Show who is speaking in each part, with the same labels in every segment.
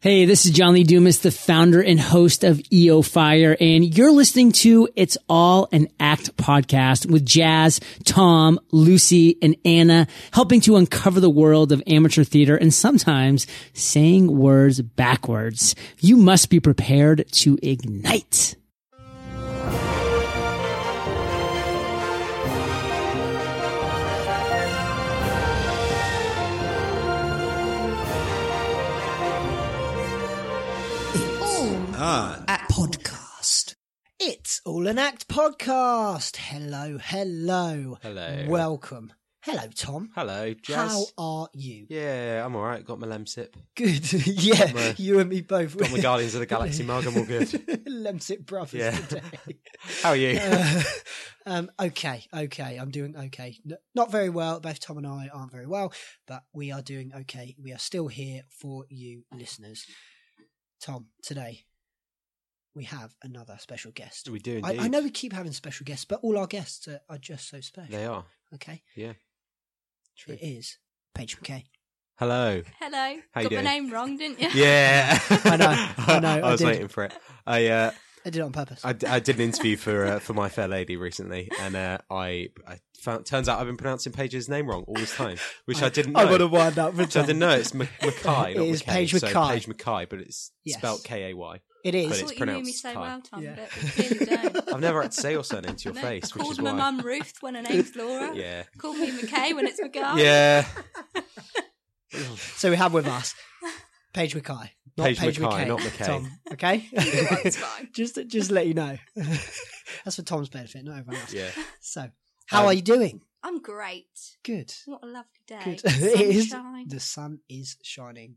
Speaker 1: Hey, this is John Lee Dumas, the founder and host of EO Fire, and you're listening to It's All an Act podcast with Jazz, Tom, Lucy, and Anna, helping to uncover the world of amateur theater and sometimes saying words backwards. You must be prepared to ignite.
Speaker 2: a podcast.
Speaker 3: It's All an Act podcast. Hello, hello.
Speaker 2: Hello.
Speaker 3: Welcome. Hello, Tom.
Speaker 2: Hello, Jazz.
Speaker 3: How are you?
Speaker 2: Yeah, uh, I'm all right. Got my lem sip.
Speaker 3: Good. yeah,
Speaker 2: my-
Speaker 3: you and me both.
Speaker 2: Got my Guardians of the Galaxy mug. I'm all good.
Speaker 3: Lemsip brothers
Speaker 2: Yeah.
Speaker 3: today.
Speaker 2: How are you?
Speaker 3: Uh, um, okay, okay. I'm doing okay. N- Not very well. Both Tom and I aren't very well, but we are doing okay. We are still here for you, listeners. Tom, today we have another special guest.
Speaker 2: we do
Speaker 3: I,
Speaker 2: indeed.
Speaker 3: I know we keep having special guests, but all our guests are, are just so special.
Speaker 2: They are.
Speaker 3: Okay,
Speaker 2: Yeah. True.
Speaker 3: it is Paige McKay.
Speaker 2: Hello.
Speaker 4: Hello.
Speaker 2: How you
Speaker 4: Got
Speaker 2: doing?
Speaker 4: my name wrong, didn't you?
Speaker 2: Yeah.
Speaker 3: I know, I know, I
Speaker 2: was
Speaker 3: did.
Speaker 2: waiting for it. I, uh,
Speaker 3: I did it on purpose.
Speaker 2: I, d- I did an interview for uh, for My Fair Lady recently, and uh, I, I found turns out I've been pronouncing Paige's name wrong all this time, which I, didn't know.
Speaker 3: I would have wound up with
Speaker 2: so I didn't
Speaker 3: Tom.
Speaker 2: know it's M- Mackay.
Speaker 3: It
Speaker 2: not
Speaker 3: is
Speaker 2: McKay,
Speaker 3: Paige
Speaker 2: so
Speaker 3: Mackay.
Speaker 2: Paige Mackay, but it's
Speaker 3: Yes.
Speaker 2: spelled K A Y.
Speaker 3: It
Speaker 2: but
Speaker 4: I
Speaker 3: is.
Speaker 2: it's
Speaker 4: thought you knew me
Speaker 2: pronounced
Speaker 4: so
Speaker 2: Kai.
Speaker 4: well, Tom,
Speaker 3: Yeah.
Speaker 4: but we clearly don't.
Speaker 2: I've never had to say your surname to your
Speaker 4: No,
Speaker 2: face,
Speaker 4: I
Speaker 2: which
Speaker 4: called
Speaker 2: is
Speaker 4: my
Speaker 2: why.
Speaker 4: mum Ruth when her name's Laura.
Speaker 2: Yeah.
Speaker 4: Called me McKay when it's McGar.
Speaker 2: Yeah.
Speaker 4: Ah.
Speaker 3: So we have with us Paige McKay. Not
Speaker 2: Paige
Speaker 3: Paige,
Speaker 2: McKay,
Speaker 3: McKay,
Speaker 2: not McKay.
Speaker 3: Tom, okay?
Speaker 4: It's fine.
Speaker 3: just, just let you know. That's for Tom's benefit, not everyone else.
Speaker 2: Yeah.
Speaker 3: So, how
Speaker 2: Um,
Speaker 3: are you doing?
Speaker 4: I'm great.
Speaker 3: Good.
Speaker 4: What a lovely day.
Speaker 3: Good. it is.
Speaker 4: Sunshine.
Speaker 3: The sun is shining.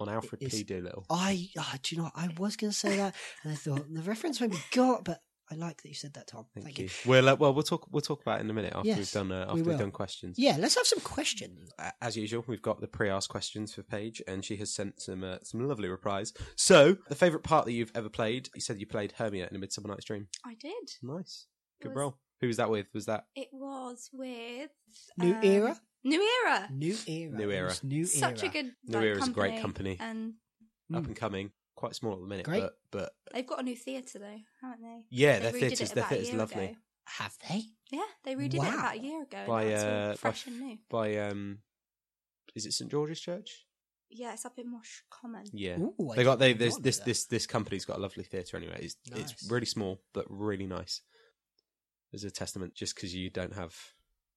Speaker 2: On Alfred
Speaker 3: It is-
Speaker 2: P. Doolittle.
Speaker 3: I, ah, do you know, what? I was going to say that, and I thought the reference won't be got, but I like that you said that, Tom.
Speaker 2: Thank,
Speaker 3: Thank,
Speaker 2: you.
Speaker 3: you.
Speaker 2: Well, uh, well, we'll talk. We'll talk about it in a minute after
Speaker 3: Yes,
Speaker 2: we've done. Uh, after
Speaker 3: we
Speaker 2: we have
Speaker 3: will.
Speaker 2: done questions.
Speaker 3: Yeah, let's have some questions.
Speaker 2: A- As usual, we've got the pre-asked questions for Paige, and she has sent some uh, some lovely replies. So, the favourite part that you've ever played? You said you played Hermia in A Midsummer Night's Dream.
Speaker 4: I did.
Speaker 2: Nice, good
Speaker 4: was-
Speaker 2: role. Who was that with? Was that
Speaker 4: It was with
Speaker 3: New
Speaker 4: um,
Speaker 3: era?
Speaker 4: New era.
Speaker 3: New era.
Speaker 2: New era.
Speaker 3: It's New
Speaker 4: Such
Speaker 3: era.
Speaker 4: a good.
Speaker 2: New
Speaker 4: like,
Speaker 2: Era's a great company.
Speaker 4: and
Speaker 2: up
Speaker 3: Mm.
Speaker 2: and coming? Quite small at the minute,
Speaker 3: Great.
Speaker 2: but but
Speaker 4: they've got a new theatre though, haven't they?
Speaker 2: yeah,
Speaker 4: They
Speaker 2: their
Speaker 4: redid
Speaker 2: theatre's
Speaker 4: it
Speaker 2: their
Speaker 4: about a
Speaker 2: theatre's
Speaker 4: year
Speaker 2: lovely
Speaker 4: ago.
Speaker 3: Have they?
Speaker 4: Yeah, they redid
Speaker 3: Wow.
Speaker 4: it about a year ago. and
Speaker 2: By,
Speaker 4: now it's all
Speaker 2: uh, by
Speaker 4: fresh
Speaker 2: f-
Speaker 4: and new.
Speaker 2: by um, is it St George's Church?
Speaker 4: Yeah, it's up in Mosh Common.
Speaker 2: Yeah,
Speaker 3: Ooh, I
Speaker 2: they got they
Speaker 3: did
Speaker 2: this
Speaker 3: not know
Speaker 2: this
Speaker 3: that.
Speaker 2: this this company's got a lovely theatre anyway. It's
Speaker 3: Nice.
Speaker 2: it's really small but really nice. As a testament, just because you don't have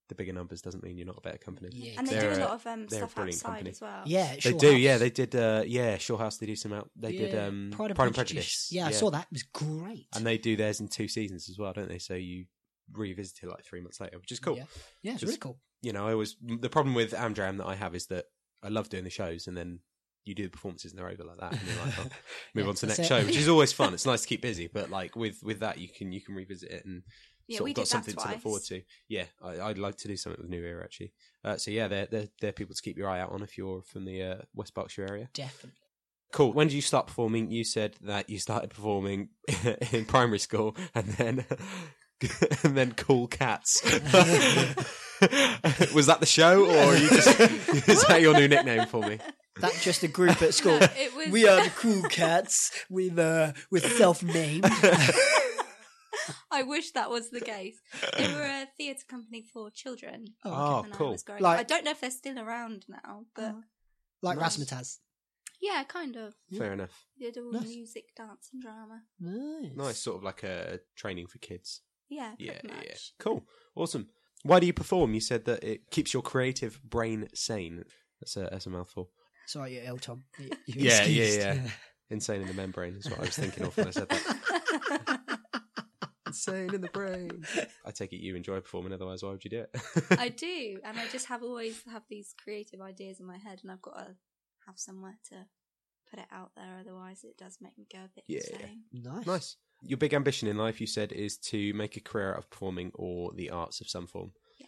Speaker 2: the bigger numbers doesn't mean you're not a better company.
Speaker 3: Yeah,
Speaker 4: and they
Speaker 2: They're
Speaker 4: do
Speaker 2: a-
Speaker 4: a lot of um,
Speaker 2: they're a
Speaker 4: stuff
Speaker 2: brilliant
Speaker 4: outside
Speaker 2: company.
Speaker 4: as well.
Speaker 3: Yeah,
Speaker 2: They do, yeah. They did, uh, yeah. Shore House, they do some out. They did um, Pride and, Prejudice.
Speaker 3: Yeah, I saw that. It was great.
Speaker 2: And they do theirs in two seasons as well, don't they? So you revisit it like three months later, which is cool.
Speaker 3: Yeah, yeah it's
Speaker 2: Just-
Speaker 3: really cool.
Speaker 2: You know, I always the problem with Amdram that I have is that I love doing the shows, and then you do the performances and they're over like that, and you're like, oh,
Speaker 3: Yeah,
Speaker 2: move on to the
Speaker 3: that's
Speaker 2: next
Speaker 3: it.
Speaker 2: show, which is always fun. It's nice to keep busy, but like with with that, you can you can revisit it and
Speaker 4: Yeah,
Speaker 2: sort
Speaker 4: we
Speaker 2: of got
Speaker 4: did that
Speaker 2: something to look
Speaker 4: twice.
Speaker 2: forward to. Yeah, I, I'd like to do something with New Era actually. Uh, so yeah, they're, they're they're people to keep your eye out on if you're from the uh, West Berkshire area.
Speaker 3: Definitely.
Speaker 2: Cool. When did you start performing? You said that you started performing in primary school, and then and then Cool Cats. Was that the show, or are you just is that your new nickname for me?
Speaker 3: That's just a group at school.
Speaker 4: No, it was. uh,
Speaker 3: we are the cool cats with uh with self name.
Speaker 4: I wish that was the case. They were a theatre company for children.
Speaker 2: Oh,
Speaker 4: when
Speaker 2: cool.
Speaker 4: I was growing
Speaker 3: Like- Oh.
Speaker 4: up. I don't know if they're still around now, but
Speaker 3: Like
Speaker 2: Nice.
Speaker 3: Rasmataz.
Speaker 4: yeah, kind of.
Speaker 2: Fair enough.
Speaker 4: They did all
Speaker 3: Nice.
Speaker 4: music, dance, and drama.
Speaker 3: Nice.
Speaker 2: Nice, sort of like a training for kids.
Speaker 4: Yeah,
Speaker 2: Yeah,
Speaker 4: pretty
Speaker 2: yeah.
Speaker 4: much.
Speaker 2: Cool, awesome. Why do you perform? You said that it keeps your creative brain sane. That's a, that's a mouthful.
Speaker 3: Sorry, you're ill, Tom. You- you're
Speaker 2: Yeah, yeah,
Speaker 3: excused.
Speaker 2: yeah. Insane in the membrane is what I was thinking of when I said that. Insane in the brain. I take it you enjoy performing, otherwise why would you do it?
Speaker 4: I do, and I just have always have these creative ideas in my head, and I've got to have somewhere to put it out there. Otherwise, it does make me go a bit
Speaker 2: Yeah.
Speaker 4: insane.
Speaker 3: Nice.
Speaker 2: Nice. Your big ambition in life, you said, is to make a career out of performing or the arts of some form.
Speaker 4: Yeah.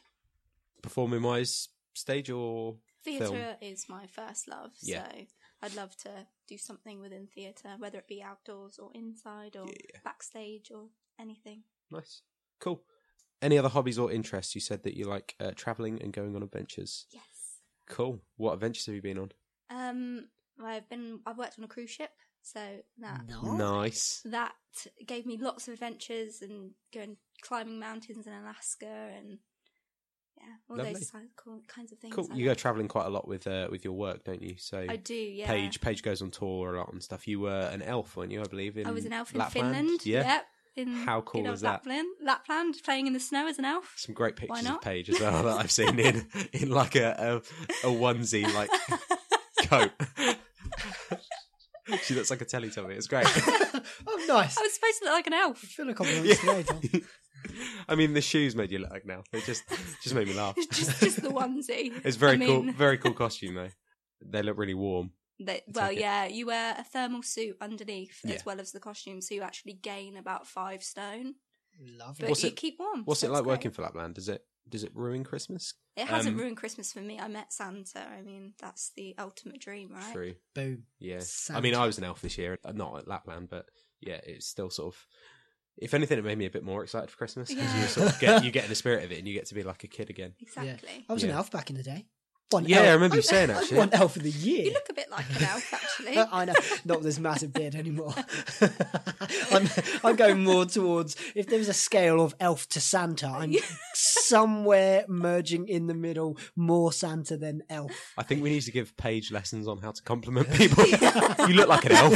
Speaker 2: Performing wise, stage or
Speaker 4: Theatre is my first love,
Speaker 2: Yeah.
Speaker 4: so I'd love to do something within theatre, whether it be outdoors or inside or backstage or anything.
Speaker 2: nice, cool. Any other hobbies or interests? You said that you like uh, traveling and going on adventures.
Speaker 4: Yes.
Speaker 2: Cool. What adventures have you been on?
Speaker 4: Um, I've been I've worked on a cruise ship, so that
Speaker 3: No.
Speaker 2: Nice.
Speaker 4: that gave me lots of adventures and going climbing mountains in Alaska and yeah, all
Speaker 2: Lovely.
Speaker 4: those kind cool- kinds of things.
Speaker 2: Cool.
Speaker 4: I
Speaker 2: You go
Speaker 4: love.
Speaker 2: traveling quite a lot with uh, with your work, don't you? So
Speaker 4: I do, yeah.
Speaker 2: Paige Paige goes on tour a lot and stuff. You were an elf, weren't you? I believe in
Speaker 4: I was an elf in
Speaker 2: Lapland?
Speaker 4: Finland.
Speaker 2: Yeah.
Speaker 4: Yep. In
Speaker 2: How
Speaker 4: good
Speaker 2: cool
Speaker 4: old
Speaker 2: was that?
Speaker 4: Lapland, Lapland, playing in the snow as an elf.
Speaker 2: Some great pictures of
Speaker 4: not?
Speaker 2: Paige as well that I've seen in in like a a, a onesie like coat. she looks like a Teletubby. It's great.
Speaker 3: oh, nice.
Speaker 4: I was supposed to look like an
Speaker 3: I
Speaker 4: elf.
Speaker 3: feel like I'm on
Speaker 2: Yeah.
Speaker 3: today, Tom.
Speaker 2: I mean, the shoes made you look like now. It just just made me laugh.
Speaker 4: It's just just the onesie.
Speaker 2: It's very
Speaker 4: I
Speaker 2: cool.
Speaker 4: mean-
Speaker 2: Very cool costume though. They look really warm.
Speaker 4: They,
Speaker 2: It's
Speaker 4: well,
Speaker 2: like a-
Speaker 4: yeah, you wear a thermal suit underneath
Speaker 2: Yeah.
Speaker 4: as well as the costume, so you actually gain about five stone,
Speaker 3: Lovely.
Speaker 4: but
Speaker 2: What's
Speaker 4: you
Speaker 2: it-
Speaker 4: keep warm.
Speaker 2: What's
Speaker 4: so
Speaker 2: it
Speaker 4: it's
Speaker 2: like working
Speaker 4: great.
Speaker 2: for Lapland? Does it does it ruin Christmas?
Speaker 4: It hasn't
Speaker 2: um,
Speaker 4: ruined Christmas for me. I met Santa. I mean, that's the ultimate dream, right?
Speaker 2: True.
Speaker 3: Boom.
Speaker 2: Yeah. I
Speaker 3: Sand.
Speaker 2: mean, I was an elf this year, uh, not at Lapland, but yeah, it's still sort of. If anything, it made me a bit more excited for Christmas because you
Speaker 4: Yeah.
Speaker 2: sort of get you get in the spirit of it and you get to be like a kid again.
Speaker 4: Exactly.
Speaker 3: I was an
Speaker 2: Yeah.
Speaker 3: elf back in the day. One
Speaker 2: Yeah, I
Speaker 3: elf.
Speaker 2: remember you saying,
Speaker 3: I was
Speaker 2: actually.
Speaker 3: One elf of the year. Uh,
Speaker 4: You look a bit like an elf, actually.
Speaker 3: I know, not with this massive beard anymore. I'm, I'm going more towards if there was a scale of elf to Santa, I'm somewhere merging in the middle, more Santa than elf.
Speaker 2: I think we need to give Paige lessons on how to compliment people. you look like an elf.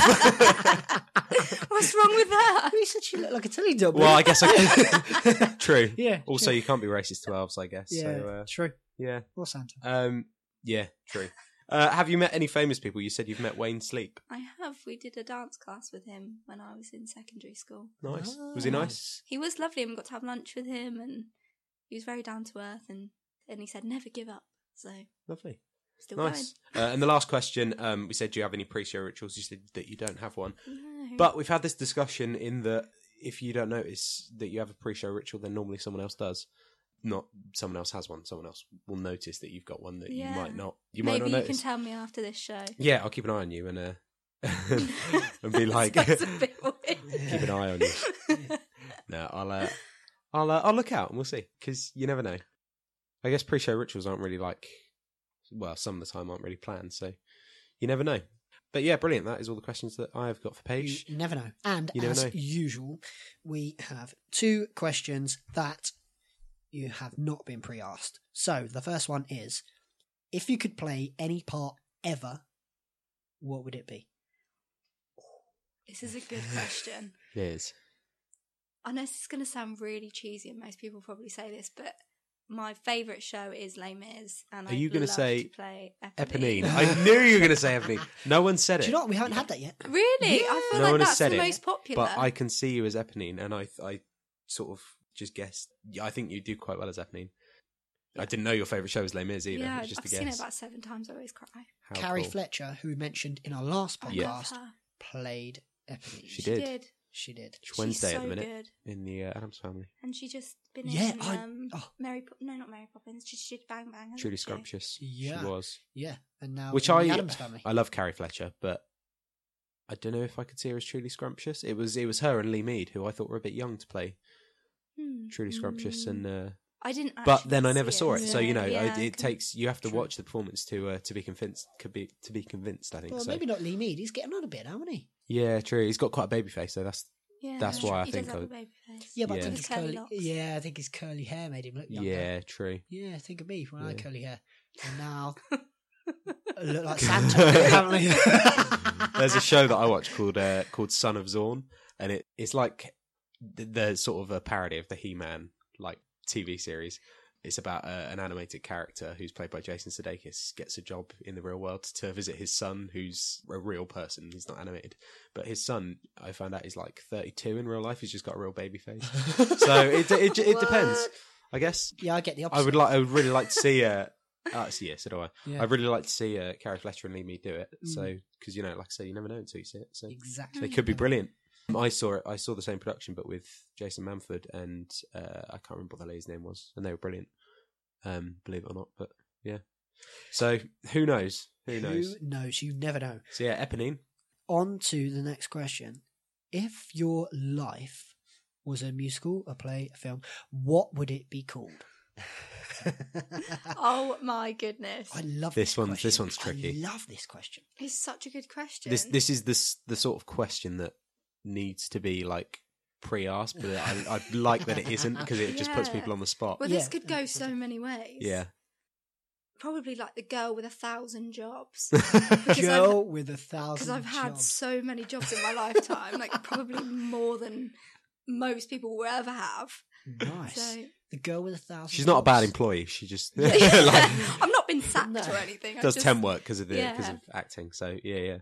Speaker 4: What's wrong with that?
Speaker 3: You said she looked like a Teletubby.
Speaker 2: well, I guess I. True.
Speaker 3: Yeah,
Speaker 2: Also, you can't be racist to elves, I guess.
Speaker 3: yeah,
Speaker 2: So, uh,
Speaker 3: true.
Speaker 2: yeah.
Speaker 3: Or Santa.
Speaker 2: Um, yeah, true. Uh, have you met any famous people? You said you've met Wayne Sleep.
Speaker 4: I have. We did a dance class with him when I was in secondary school.
Speaker 2: Nice. Was he nice?
Speaker 3: Ah.
Speaker 4: He was lovely, and we got to have lunch with him, and he was very down to earth, and and he said never give up. So
Speaker 2: Lovely.
Speaker 4: still
Speaker 2: Nice. Uh, and the last question, um, we said, do you have any pre-show rituals? You said that you don't have one.
Speaker 4: going. No.
Speaker 2: But we've had this discussion in that if you don't notice that you have a pre-show ritual, then normally someone else does. Not someone else has one. Someone else will notice that you've got one that
Speaker 4: Yeah.
Speaker 2: you might not. You
Speaker 4: Maybe
Speaker 2: might
Speaker 4: you
Speaker 2: not
Speaker 4: can
Speaker 2: notice.
Speaker 4: tell me after this show.
Speaker 2: yeah, I'll keep an eye on you and uh, and be like,
Speaker 4: That's a
Speaker 2: keep
Speaker 4: bit weird.
Speaker 2: an eye on you. No, I'll uh, I'll uh, I'll look out and we'll see because you never know. I guess pre-show rituals aren't really like, well, some of the time aren't really planned, so you never know. But yeah, brilliant. That is all the questions that I have got for
Speaker 3: You
Speaker 2: Paige.
Speaker 3: never know. And
Speaker 2: You never
Speaker 3: as
Speaker 2: know.
Speaker 3: usual, we have two questions that you have not been pre asked. So the first one is if you could play any part ever, what would it be?
Speaker 4: this is a good question.
Speaker 2: Yes.
Speaker 4: I know this is going to sound really cheesy, and most people probably say this, but my favourite show is Les Mis, and
Speaker 2: Are you
Speaker 4: I'd
Speaker 2: gonna
Speaker 4: love
Speaker 2: say
Speaker 4: to play Eponine?
Speaker 2: Eponine. I knew you were going to say Eponine. No one said it.
Speaker 3: Do you know what? We haven't had that yet.
Speaker 4: Really, I feel
Speaker 2: No
Speaker 4: like
Speaker 2: one has
Speaker 4: that's
Speaker 2: said
Speaker 4: the
Speaker 2: it,
Speaker 4: most popular.
Speaker 2: But I can see you as Eponine, and I I sort of just guessed. Yeah, I think you do quite well as Eponine. I didn't know your favourite show was Les Mis either.
Speaker 4: yeah,
Speaker 2: it's just
Speaker 4: I've
Speaker 2: a
Speaker 4: seen
Speaker 2: guess.
Speaker 4: it about seven times. I always cry.
Speaker 2: How
Speaker 3: Carrie
Speaker 2: Oh, cool.
Speaker 3: Fletcher, who we mentioned in our last
Speaker 4: I
Speaker 3: podcast,
Speaker 2: Yeah.
Speaker 4: love her.
Speaker 3: played Eponine.
Speaker 2: She
Speaker 4: She
Speaker 2: did.
Speaker 4: did.
Speaker 3: She did.
Speaker 2: It's Wednesday
Speaker 4: She's so
Speaker 2: at the minute
Speaker 4: good.
Speaker 2: in the uh, Adams family.
Speaker 4: And she just been
Speaker 3: Yeah,
Speaker 4: in
Speaker 3: I-
Speaker 4: um,
Speaker 3: oh.
Speaker 4: Mary. Po- no, not Mary Poppins. She, she did Bang Bang. hasn't
Speaker 2: Truly
Speaker 4: she?
Speaker 2: scrumptious.
Speaker 3: Yeah.
Speaker 2: She was.
Speaker 3: Yeah. And now
Speaker 2: Which
Speaker 3: in the
Speaker 2: I-
Speaker 3: Adams family.
Speaker 2: I love Carrie Fletcher, but I don't know if I could see her as truly scrumptious. It was it was her and Lee Mead who I thought were a bit young to play
Speaker 4: Hmm.
Speaker 2: truly scrumptious, and uh,
Speaker 3: Mm,
Speaker 4: I didn't.
Speaker 2: but
Speaker 4: actually
Speaker 2: then I
Speaker 4: see
Speaker 2: never saw it, so you know I-
Speaker 4: Yeah,
Speaker 2: it
Speaker 4: can-
Speaker 2: takes you have to
Speaker 3: True.
Speaker 2: watch the performance to uh, to be convinced. Could be to be convinced, I think.
Speaker 3: well,
Speaker 2: so.
Speaker 3: maybe not Lee Mead. He's getting on a bit, haven't he?
Speaker 2: Yeah, true. He's got quite a baby face, so that's
Speaker 4: Yeah.
Speaker 2: that's why I
Speaker 4: he
Speaker 2: think
Speaker 4: Does
Speaker 2: I-
Speaker 4: have a baby face.
Speaker 3: Yeah, but I
Speaker 2: Yeah.
Speaker 3: think
Speaker 4: With
Speaker 3: his
Speaker 4: curly
Speaker 3: curly.
Speaker 4: locks.
Speaker 3: yeah, I think his curly hair made him look younger.
Speaker 2: yeah, true.
Speaker 3: Yeah, think of me when I had
Speaker 2: Yeah.
Speaker 3: curly hair. And now I look like Santa, apparently.
Speaker 2: There's a show that I watch called uh, called Son of Zorn, and it it's like the, the sort of a parody of the He Man like TV series. It's about uh, an animated character who's played by Jason Sudeikis gets a job in the real world to visit his son, who's a real person. He's not animated, but his son, I found out, is like 32 in real life. He's just got a real baby face, so it it, it depends, I guess.
Speaker 3: Yeah, I get the opposite.
Speaker 2: I would like. I would really like to see. Uh, uh, yeah, so do I.
Speaker 3: Yeah.
Speaker 2: I'd really like to see uh, Carrie Fletcher and Lee Mead do it.
Speaker 3: Mm.
Speaker 2: So because you know, like I say, you never know until you see it. So
Speaker 3: Exactly.
Speaker 2: they could be brilliant. Um, I saw it. I saw the same production, but with Jason Manford and uh, I can't remember what the lady's name was, and they were brilliant. Um, believe it or not, but yeah. So who knows? Who knows?
Speaker 3: Who knows? You never know.
Speaker 2: So yeah, Eponine.
Speaker 3: On to the next question. If your life was a musical, a play, a film, what would it be called?
Speaker 4: Oh my goodness.
Speaker 3: I love
Speaker 2: This
Speaker 3: this,
Speaker 2: one-
Speaker 3: Question.
Speaker 2: this one's tricky.
Speaker 3: I love this question.
Speaker 4: It's such a good question.
Speaker 2: This this is this the sort of question that needs to be like pre-asked, but I, I like that it isn't because it just puts
Speaker 4: Yeah.
Speaker 2: people on the spot.
Speaker 4: well, this
Speaker 3: Yeah.
Speaker 4: could go so many ways.
Speaker 2: yeah,
Speaker 4: Probably like the girl with a thousand jobs. I've-
Speaker 3: Girl with a
Speaker 4: Because
Speaker 3: thousand.
Speaker 4: I've had
Speaker 3: jobs.
Speaker 4: so many jobs in my lifetime, like probably more than most people will ever have.
Speaker 3: nice.
Speaker 4: So
Speaker 3: The girl with a thousand.
Speaker 2: she's not a bad
Speaker 3: jobs.
Speaker 2: employee. She just like,
Speaker 4: I've not been sacked
Speaker 3: No.
Speaker 4: or anything. I
Speaker 2: does
Speaker 4: just-
Speaker 2: temp work because of the because
Speaker 4: yeah.
Speaker 2: of acting. So yeah, yeah.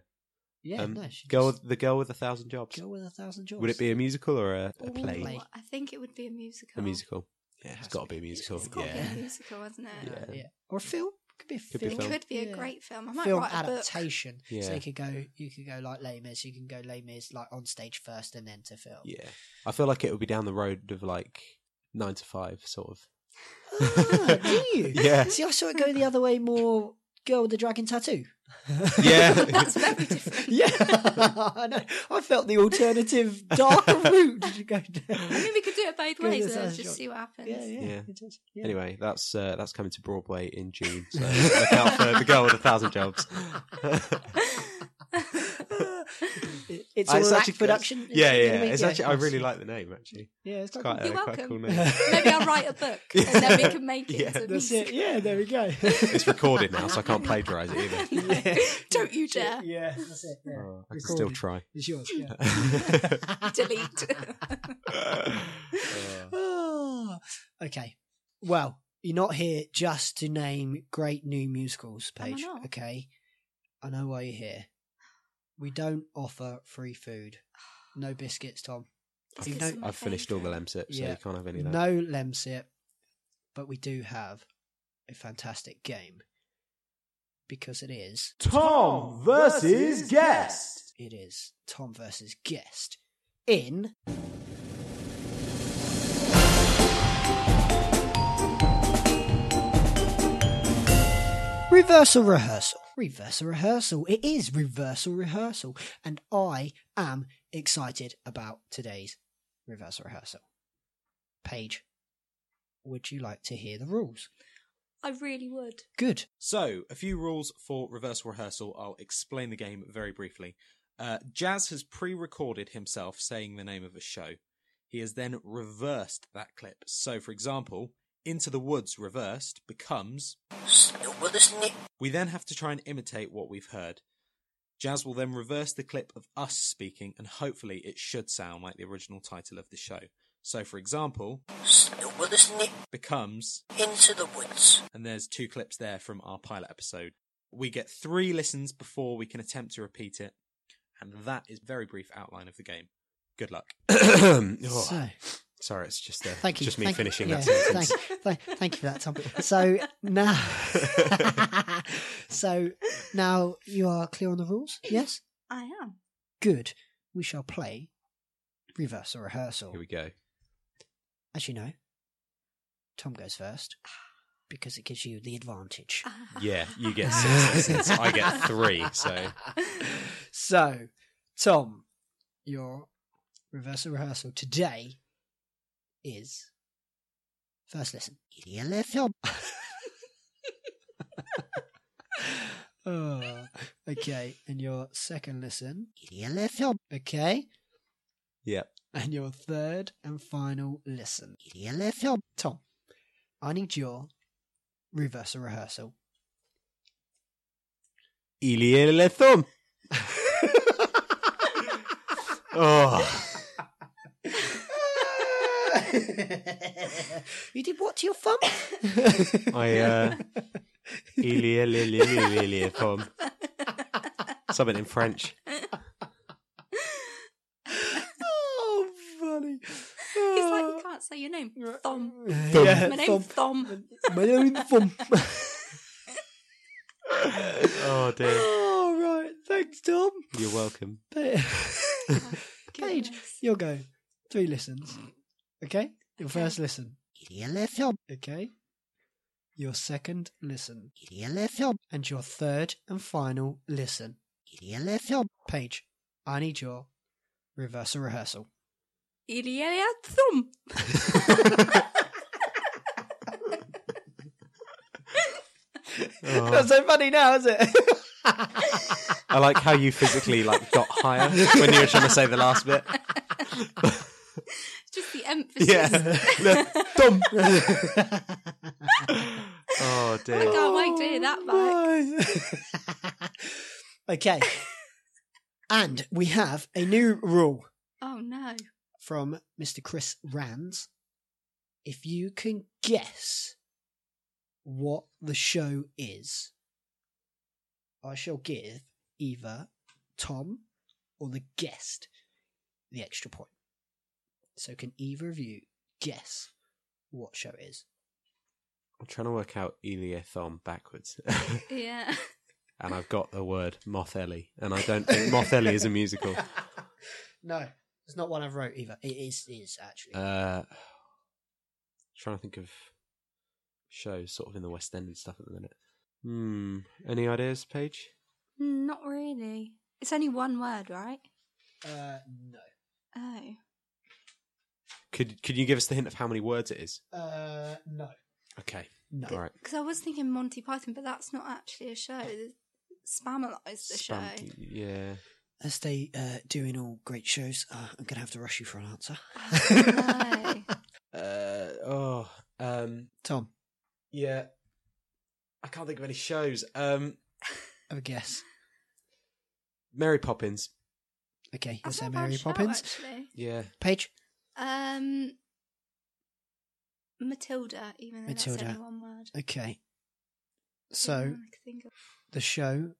Speaker 3: Yeah,
Speaker 2: Um,
Speaker 3: no, she
Speaker 2: Girl,
Speaker 3: just-
Speaker 2: the girl with a thousand jobs.
Speaker 3: girl with a thousand jobs.
Speaker 2: Would it be a musical or a, a
Speaker 4: Ooh,
Speaker 2: play?
Speaker 3: Play.
Speaker 4: I think it would be a musical.
Speaker 2: A musical. Yeah,
Speaker 3: It
Speaker 2: it's
Speaker 3: has
Speaker 2: got
Speaker 3: to
Speaker 2: to be a
Speaker 3: be a
Speaker 2: musical.
Speaker 4: It's got to
Speaker 2: Yeah.
Speaker 4: be a musical, isn't it?
Speaker 2: Yeah.
Speaker 3: yeah. Or a film? Could be a
Speaker 2: Could be a
Speaker 3: film.
Speaker 4: It
Speaker 2: film.
Speaker 4: could be a
Speaker 3: Yeah.
Speaker 4: great film. I might
Speaker 3: film
Speaker 4: write a book.
Speaker 3: adaptation. So
Speaker 2: Yeah.
Speaker 3: you could go, you could go like Les Mis. You can go Les Mis like on stage first and then to film.
Speaker 2: Yeah. I feel like it would be down the road of like nine to five, sort of.
Speaker 3: Ah, do you?
Speaker 2: Yeah.
Speaker 3: See, I saw it go the other way more. Girl with the dragon tattoo.
Speaker 2: Yeah.
Speaker 4: That's very different.
Speaker 3: Yeah, I know. I felt the alternative darker route to go down.
Speaker 4: I mean, we could do it both
Speaker 3: Girl with
Speaker 4: ways
Speaker 3: a
Speaker 4: and
Speaker 3: thousand
Speaker 4: just
Speaker 3: jobs.
Speaker 4: see what happens.
Speaker 3: Yeah, yeah.
Speaker 2: Yeah.
Speaker 3: it does. yeah.
Speaker 2: Anyway, that's uh, that's coming to Broadway in June. So look out for the girl with a thousand jobs.
Speaker 3: It- it's
Speaker 2: Uh,
Speaker 3: all
Speaker 2: it's
Speaker 3: an
Speaker 2: actually-
Speaker 3: act production.
Speaker 2: yeah,
Speaker 3: you know
Speaker 2: yeah.
Speaker 3: what I mean?
Speaker 2: It's actually I
Speaker 3: nice.
Speaker 2: really like the name actually.
Speaker 3: Yeah, it's
Speaker 2: It's
Speaker 3: quite.
Speaker 2: quite,
Speaker 3: Cool.
Speaker 2: a, quite
Speaker 4: You're
Speaker 2: a
Speaker 4: welcome.
Speaker 2: cool name.
Speaker 4: Maybe I'll write a book and then we can make it
Speaker 2: Yeah.
Speaker 4: into a
Speaker 3: That's it.
Speaker 4: musical.
Speaker 3: Yeah, there we go.
Speaker 2: it's recorded now, so I can't plagiarize it either.
Speaker 4: No, Don't you dare.
Speaker 3: Yeah, that's it. Yeah.
Speaker 2: Oh, I can still
Speaker 3: Recorded.
Speaker 2: try.
Speaker 3: It's yours. Yeah.
Speaker 4: Delete.
Speaker 2: Uh,
Speaker 3: Ah, okay. Well, you're not here just to name great new musicals,
Speaker 4: Am I
Speaker 3: Paige.
Speaker 4: not?
Speaker 3: Okay. I know why you're here. We don't offer free food. No biscuits, Tom.
Speaker 4: Biscuits
Speaker 3: You know-
Speaker 4: are my
Speaker 2: I've finished all the
Speaker 4: favourite.
Speaker 2: lem sips, so
Speaker 3: Yeah.
Speaker 2: you can't have any of that.
Speaker 3: No Lemsip. But we do have a fantastic game. Because it is
Speaker 5: Tom versus guest.
Speaker 3: it is Tom versus guest in Reversal rehearsal. Reversal rehearsal. It is reversal rehearsal. And I am excited about today's reversal rehearsal. Paige, would you like to hear the rules?
Speaker 4: I really would.
Speaker 3: Good.
Speaker 5: So, a few rules for reversal rehearsal. I'll explain the game very briefly. Uh, Jazz has pre recorded himself saying the name of a show. He has then reversed that clip. So, for example, Into the Woods reversed becomes. We then have to try and imitate what we've heard. Jazz will then reverse the clip of us speaking, and hopefully, it should sound like the original title of the show. So, for example, becomes
Speaker 6: Into the woods.
Speaker 5: and there's two clips there from our pilot episode. We get three listens before we can attempt to repeat it, and that is very brief outline of the game. Good luck.
Speaker 2: Oh,
Speaker 3: So-
Speaker 2: sorry, it's just uh,
Speaker 3: Thank you.
Speaker 2: just me
Speaker 3: Thank-
Speaker 2: finishing
Speaker 3: yeah,
Speaker 2: that sentence.
Speaker 3: Thank, thank- thank you for that, Tom. So now, so now you are clear on the rules. Yes,
Speaker 4: I am.
Speaker 3: good. We shall play reversal rehearsal.
Speaker 2: Here we go.
Speaker 3: As you know, Tom goes first because it gives you the advantage.
Speaker 2: Yeah, you get six listens. I get three. So
Speaker 3: So, Tom, your reversal rehearsal today is first listen. Idiolithium. oh, okay, and your second listen. Idiolithium. Okay,
Speaker 2: yeah,
Speaker 3: and your third and final listen. Idiolithium. Tom, I need your reversal rehearsal.
Speaker 2: Iliele thumb. Oh,
Speaker 3: you did what to your thumb?
Speaker 2: I uh, Iliele thumb. Something in French.
Speaker 3: oh, funny.
Speaker 4: It's like you can't say your name. Thom.
Speaker 3: Yeah,
Speaker 4: My
Speaker 3: Oh. thumb.
Speaker 4: name's Thom.
Speaker 3: My own thumb.
Speaker 2: Oh dear.
Speaker 3: oh, right. Thanks, Tom.
Speaker 2: You're welcome.
Speaker 3: Pa- Paige,
Speaker 4: Goodness.
Speaker 3: you'll go. Three listens. Okay? Your
Speaker 4: Okay.
Speaker 3: first listen. Okay? Your second listen. And your third and final listen. Paige, I need your reversal rehearsal.
Speaker 4: Ilia Thom.
Speaker 2: Oh,
Speaker 3: That's so funny now, is it?
Speaker 2: I like how you physically like got higher when you were trying to say the last bit.
Speaker 4: Just the emphasis.
Speaker 2: Yeah. Dumb. oh
Speaker 4: I
Speaker 2: dear.
Speaker 4: can't wait to hear that
Speaker 3: Nice.
Speaker 4: back.
Speaker 3: Oh, okay. And we have a new rule
Speaker 4: Oh no.
Speaker 3: from Mr. Chris Rands. If you can guess what the show is, I shall give either Tom or the guest the extra point. So, can either of you guess what show it is?
Speaker 2: I'm trying to work out Eliathon backwards,
Speaker 4: Yeah.
Speaker 2: and I've got the word Mothelli, and I don't think Mothelli is a musical.
Speaker 3: no, it's not one I've wrote either. It is, it is actually.
Speaker 2: Uh, trying to think of shows sort of in the West End and stuff at the minute. Hmm. Any ideas, Paige?
Speaker 4: Not really. It's only one word, right?
Speaker 3: Uh, no.
Speaker 4: Oh.
Speaker 2: Could Could you give us the hint of how many words it is?
Speaker 3: Uh, no.
Speaker 2: Okay.
Speaker 3: No.
Speaker 2: All right.
Speaker 4: Because I was thinking Monty Python, but that's not actually a show. Spamalot is the
Speaker 2: Spam-
Speaker 4: show.
Speaker 2: Yeah.
Speaker 3: As they uh, do in all great shows, uh, I'm going to have to rush you for an answer.
Speaker 4: Oh, no.
Speaker 2: Uh. Oh. Um.
Speaker 3: Tom,
Speaker 2: Yeah. I can't think of any shows. Um.
Speaker 3: have a guess.
Speaker 2: Mary Poppins.
Speaker 3: Okay, you
Speaker 4: That's
Speaker 3: say
Speaker 4: not a
Speaker 3: Mary
Speaker 4: bad show,
Speaker 3: Poppins.
Speaker 4: actually.
Speaker 2: Yeah.
Speaker 3: Paige?
Speaker 4: Um, Matilda, even though
Speaker 3: Matilda.
Speaker 4: that's only one word.
Speaker 3: Okay.
Speaker 4: Even
Speaker 3: So,
Speaker 4: though I could think of-
Speaker 3: the show.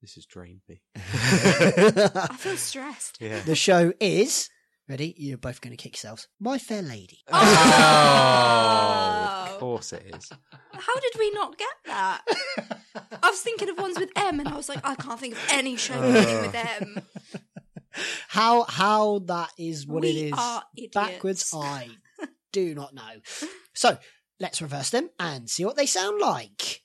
Speaker 2: This has drained me.
Speaker 4: I feel stressed.
Speaker 2: Yeah.
Speaker 3: the show is. Ready? You're both going to kick yourselves. My Fair Lady.
Speaker 2: Oh,
Speaker 4: Oh.
Speaker 2: of course it is.
Speaker 4: How did we not get that? I was thinking of ones with M, and I was like, I can't think of any show
Speaker 2: Oh.
Speaker 3: Uh,
Speaker 4: with M.
Speaker 3: How how that is what it
Speaker 4: We
Speaker 3: is.
Speaker 4: are idiots.
Speaker 3: Backwards, I do not know. So let's reverse them and see what they sound like.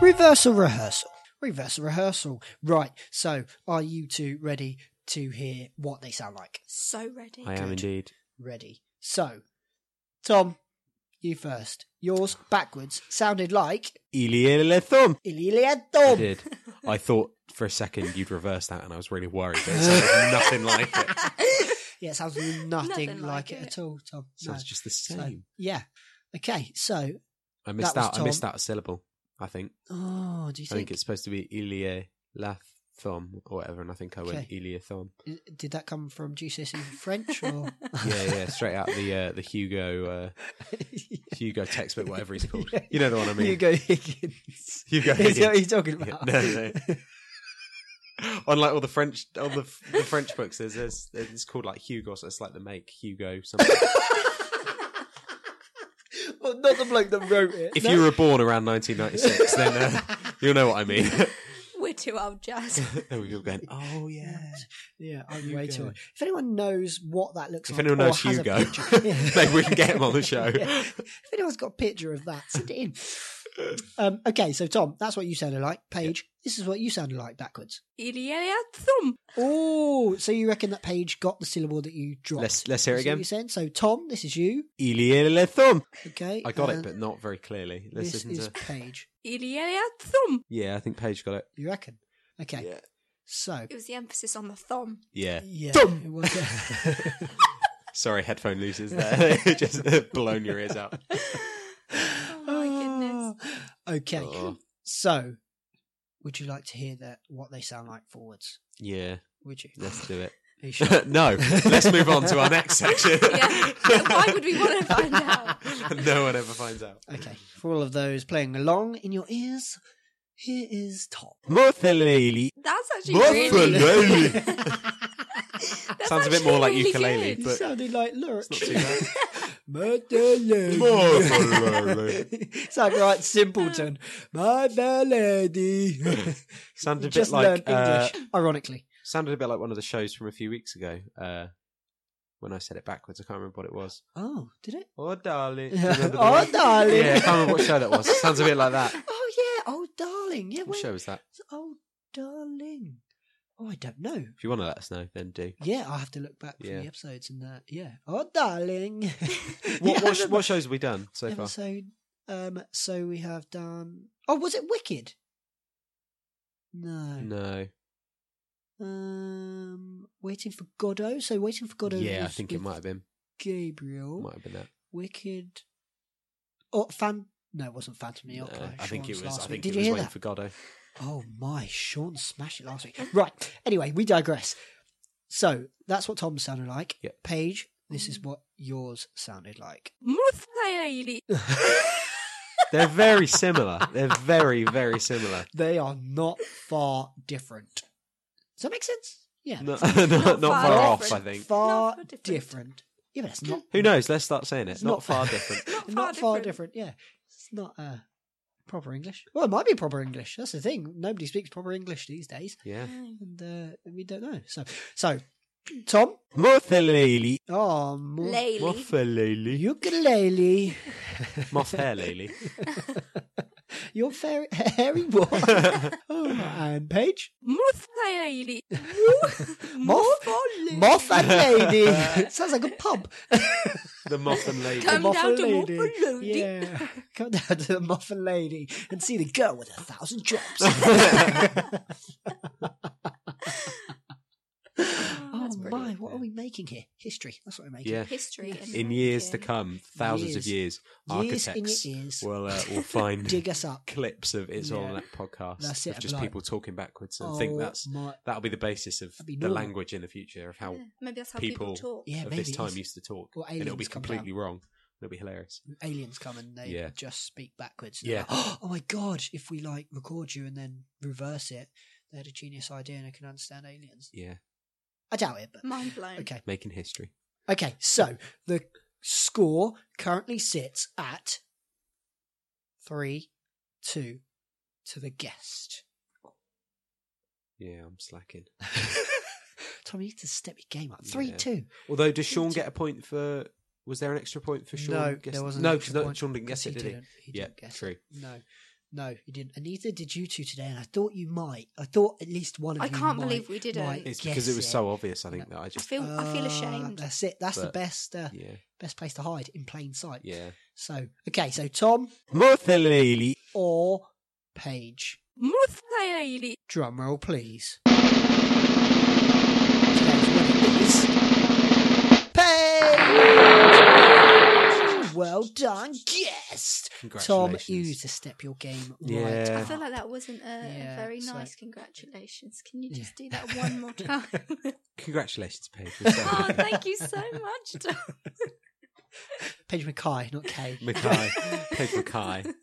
Speaker 3: Reversal rehearsal. Reversal rehearsal. Right. So are you two ready to hear what they sound like?
Speaker 4: So ready.
Speaker 2: I am
Speaker 3: Good.
Speaker 2: indeed.
Speaker 3: Ready. So, Tom, you first. Yours backwards sounded like
Speaker 2: Iliele thumb. I
Speaker 3: Ililiadom.
Speaker 2: did. I thought for a second you'd reverse that, and I was really worried. But it sounded nothing like it.
Speaker 3: Yeah, it sounds nothing,
Speaker 4: Nothing
Speaker 3: like,
Speaker 4: like
Speaker 3: it,
Speaker 4: it.
Speaker 3: at all, Tom. No.
Speaker 2: Sounds just the
Speaker 3: So,
Speaker 2: same.
Speaker 3: yeah. Okay, so
Speaker 2: I missed
Speaker 3: That was
Speaker 2: out. I missed
Speaker 3: Tom.
Speaker 2: out a syllable. I think.
Speaker 3: oh, do you
Speaker 2: I think
Speaker 3: think,
Speaker 2: it's supposed to be Ilie la thumb or whatever, and I think I went
Speaker 3: Okay.
Speaker 2: Ilie thumb.
Speaker 3: did that come from GCSE E French or
Speaker 2: Yeah, yeah, straight out the uh, the Hugo uh, Hugo textbook, whatever he's called.
Speaker 3: Yeah.
Speaker 2: You know the one I mean.
Speaker 3: Hugo Higgins?
Speaker 2: Hugo
Speaker 3: Is that what
Speaker 2: Higgins.
Speaker 3: you're talking
Speaker 2: Yeah,
Speaker 3: about?
Speaker 2: no, Unlike all the French, all the, the French books, there's, there's it's called like Hugo. So it's like the make Hugo. Something.
Speaker 3: well, not the bloke that wrote it.
Speaker 2: if
Speaker 3: no.
Speaker 2: you were born around 1996, then uh, you'll know what I mean.
Speaker 4: We're too old, Jazz.
Speaker 2: there we go going. Oh yeah.
Speaker 3: Yeah, I'm way
Speaker 2: Hugo.
Speaker 3: too. If anyone knows what that looks
Speaker 2: If
Speaker 3: like,
Speaker 2: anyone
Speaker 3: or
Speaker 2: knows
Speaker 3: has a
Speaker 2: Hugo,
Speaker 3: picture- Yeah.
Speaker 2: maybe we can get him on the show.
Speaker 3: Yeah. If anyone's got a picture of that, send it in. Um, okay, so Tom, that's what you sounded like. Paige, this is what you sounded like backwards.
Speaker 4: Ilya Thumb.
Speaker 3: Oh, so you reckon that Paige got the syllable that you dropped?
Speaker 2: Let's let's hear it
Speaker 3: That's what
Speaker 2: again.
Speaker 3: You're saying? So Tom, this is you.
Speaker 2: Ilie le thumb.
Speaker 3: Okay,
Speaker 2: I got
Speaker 3: uh,
Speaker 2: it, but not very clearly. Let's
Speaker 3: this
Speaker 2: listen
Speaker 3: is
Speaker 2: to.
Speaker 3: Paige.
Speaker 4: Ilya Thumb.
Speaker 2: Yeah, I think Paige got it.
Speaker 3: You reckon? Okay,
Speaker 2: Yeah.
Speaker 3: so
Speaker 4: It was the emphasis on the thumb.
Speaker 2: Yeah.
Speaker 3: yeah,
Speaker 2: Tom!
Speaker 3: it was-
Speaker 2: Sorry, headphone losers there. Just blown your ears out.
Speaker 4: Oh my goodness.
Speaker 3: Okay,
Speaker 2: Oh.
Speaker 3: so would you like to hear that what they sound like forwards?
Speaker 2: Yeah,
Speaker 3: Would you?
Speaker 2: let's do it.
Speaker 3: Are you sure?
Speaker 2: no, let's move on to our next section.
Speaker 4: Yeah. Why would we want to find out?
Speaker 2: no one ever finds out.
Speaker 3: Okay, for all of those playing along in your ears, here is Tom.
Speaker 2: Motheleli.
Speaker 4: That's actually really.
Speaker 2: Motheleli.
Speaker 4: That's
Speaker 2: Sounds a bit
Speaker 4: actually
Speaker 2: more like
Speaker 4: really
Speaker 2: ukulele,
Speaker 4: good.
Speaker 3: You
Speaker 2: But-
Speaker 3: sounded like Lurch.
Speaker 2: Not too bad.
Speaker 3: Murderlady. it's like right simpleton. My lady.
Speaker 2: Sounded a bit
Speaker 3: Just learn
Speaker 2: like
Speaker 3: English,
Speaker 2: uh,
Speaker 3: ironically.
Speaker 2: sounded a bit like one of the shows from a few weeks ago. Uh, when I said it backwards, I can't remember what it was.
Speaker 3: Oh, did it?
Speaker 2: Oh darling. Do you remember the
Speaker 3: oh,
Speaker 2: one?
Speaker 3: darling.
Speaker 2: Yeah, I can't remember what show that was. Sounds a bit like that.
Speaker 3: Oh yeah. Oh, darling. Yeah.
Speaker 2: What
Speaker 3: When,
Speaker 2: show was that?
Speaker 3: Oh, darling. Oh, I don't know.
Speaker 2: If you want to let us know, then do.
Speaker 3: Yeah, I'll have to look back through
Speaker 2: Yeah.
Speaker 3: the episodes and uh, yeah. Oh, darling. Yeah,
Speaker 2: What, what,
Speaker 3: I
Speaker 2: sh- what shows have we done so far?
Speaker 3: episode. Um, so we have done. Oh, was it Wicked? No.
Speaker 2: No.
Speaker 3: Um, waiting for Godot. So waiting for Godot.
Speaker 2: Yeah, I
Speaker 3: was
Speaker 2: think it
Speaker 3: with
Speaker 2: might have been.
Speaker 3: Gabriel.
Speaker 2: Might have been that.
Speaker 3: Wicked. Oh, fan. No, it wasn't Phantom of the
Speaker 2: No,
Speaker 3: Opera.
Speaker 2: Uh, I think
Speaker 3: Sean's
Speaker 2: it was.
Speaker 3: last
Speaker 2: I
Speaker 3: week. Did
Speaker 2: think it
Speaker 3: you
Speaker 2: was
Speaker 3: hear
Speaker 2: waiting
Speaker 3: that?
Speaker 2: for Godot.
Speaker 3: Oh my, Sean smashed it last week. Right. Anyway, we digress. So that's what Tom sounded like.
Speaker 2: Yep.
Speaker 3: Paige, this is what yours sounded like.
Speaker 4: Muthaili.
Speaker 2: They're very similar. They're very, very similar.
Speaker 3: They are not far different. Does that make sense? Yeah.
Speaker 2: No, not, not
Speaker 4: far
Speaker 2: far off, I
Speaker 4: different.
Speaker 2: think.
Speaker 3: Far
Speaker 4: Not far
Speaker 3: different.
Speaker 4: different.
Speaker 3: Yeah, but it's not.
Speaker 2: Who knows? Let's start saying it.
Speaker 3: It's
Speaker 2: Not,
Speaker 3: not
Speaker 2: far
Speaker 3: far-
Speaker 2: different.
Speaker 4: Not far
Speaker 3: not far
Speaker 4: different.
Speaker 3: different. Yeah, it's not uh, proper English. Well, it might be proper English. That's the thing. Nobody speaks proper English these days,
Speaker 2: Yeah.
Speaker 3: and uh, we don't know. So, so Tom,
Speaker 2: Mothalele.
Speaker 3: oh, more
Speaker 4: Laley.
Speaker 2: Mothalele.
Speaker 3: ukulele,
Speaker 2: Moth hair lily.
Speaker 3: your fairy, hairy what? oh, and Paige,
Speaker 4: Muthaili.
Speaker 3: moth, moth and lady. Sounds like a pub.
Speaker 2: The moth and lady.
Speaker 4: Come
Speaker 3: Muffin
Speaker 4: down to
Speaker 3: lady.
Speaker 4: Muthaili.
Speaker 3: Yeah, come down to the muffin lady and see the girl with a thousand jobs. oh
Speaker 4: That's
Speaker 3: my,
Speaker 4: brilliant,
Speaker 3: what
Speaker 2: yeah.
Speaker 3: are we making here? History. That's what we're making.
Speaker 2: Yeah.
Speaker 4: History. and
Speaker 2: In years to
Speaker 4: thinking.
Speaker 2: come, thousands of
Speaker 3: Years
Speaker 2: years,
Speaker 3: in your
Speaker 2: architects
Speaker 3: ears.
Speaker 2: will uh, will find
Speaker 3: Dig us up.
Speaker 2: clips of It's All
Speaker 3: Yeah.
Speaker 2: in That podcast
Speaker 3: That's it,
Speaker 2: of
Speaker 3: I'd
Speaker 2: just
Speaker 3: like-
Speaker 2: people talking backwards. And I think
Speaker 3: Oh
Speaker 2: that's
Speaker 3: my-
Speaker 2: that'll be the basis of
Speaker 3: That'd be
Speaker 2: the
Speaker 3: normal.
Speaker 2: language in the future of how
Speaker 4: Yeah, Maybe that's how people,
Speaker 2: people-
Speaker 4: talk.
Speaker 3: yeah,
Speaker 2: of
Speaker 3: maybe
Speaker 2: this
Speaker 3: it
Speaker 2: time
Speaker 3: is.
Speaker 2: used to talk,
Speaker 3: Or
Speaker 2: and it'll be
Speaker 3: aliens come Mm.
Speaker 2: completely wrong. It'll be hilarious.
Speaker 3: aliens come and they
Speaker 2: Yeah.
Speaker 3: just speak backwards.
Speaker 2: Yeah.
Speaker 3: Yeah. oh my god! If we like record you and then reverse it, they had a genius idea and I can understand aliens.
Speaker 2: Yeah,
Speaker 3: I doubt it, but
Speaker 4: Mind blown.
Speaker 3: okay.
Speaker 2: making history.
Speaker 3: Okay, so the score currently sits at three, two, to the guest.
Speaker 2: Yeah, I'm slacking.
Speaker 3: Tom, you need to step your game up. Three,
Speaker 2: Yeah.
Speaker 3: two.
Speaker 2: Although, does Sean get a point for? Was there an extra point for Sean?
Speaker 3: no,
Speaker 2: guessing-
Speaker 3: there wasn't.
Speaker 2: No,
Speaker 3: an
Speaker 2: because
Speaker 3: extra
Speaker 2: no,
Speaker 3: point
Speaker 2: Sean didn't
Speaker 3: because
Speaker 2: guess it, did he?
Speaker 3: didn't-
Speaker 2: Yeah,
Speaker 3: didn't guess it.
Speaker 2: true.
Speaker 3: No, no, he didn't, and neither did you two today. And I thought you might. I thought at least one of
Speaker 4: I
Speaker 3: you.
Speaker 4: can't
Speaker 3: might-
Speaker 4: believe we didn't.
Speaker 3: might
Speaker 2: It's because it
Speaker 3: guess
Speaker 2: was so obvious. I think
Speaker 3: No.
Speaker 2: that I
Speaker 4: I
Speaker 2: just
Speaker 4: feel I feel
Speaker 3: Ah,
Speaker 4: ashamed.
Speaker 3: That's it. That's the
Speaker 2: But-
Speaker 3: best uh,
Speaker 2: yeah
Speaker 3: best place to hide in plain sight.
Speaker 2: yeah.
Speaker 3: So okay, so Tom
Speaker 2: Mothalele.
Speaker 3: or Paige.
Speaker 4: Muthaili.
Speaker 3: Drum roll, please. Today's winner is Paige. Well done, guest. Tom, you
Speaker 2: Congratulations.
Speaker 3: need to step your game right.
Speaker 2: Yeah.
Speaker 4: I feel like that wasn't a, a
Speaker 3: Yeah,
Speaker 4: very
Speaker 3: so-
Speaker 4: nice congratulations. Can you
Speaker 3: Yeah.
Speaker 4: just do that one more time?
Speaker 2: Congratulations, Paige.
Speaker 4: oh, thank you so much, Tom.
Speaker 3: Paige Mackay, not Kay.
Speaker 2: Mackay. Paige Mackay.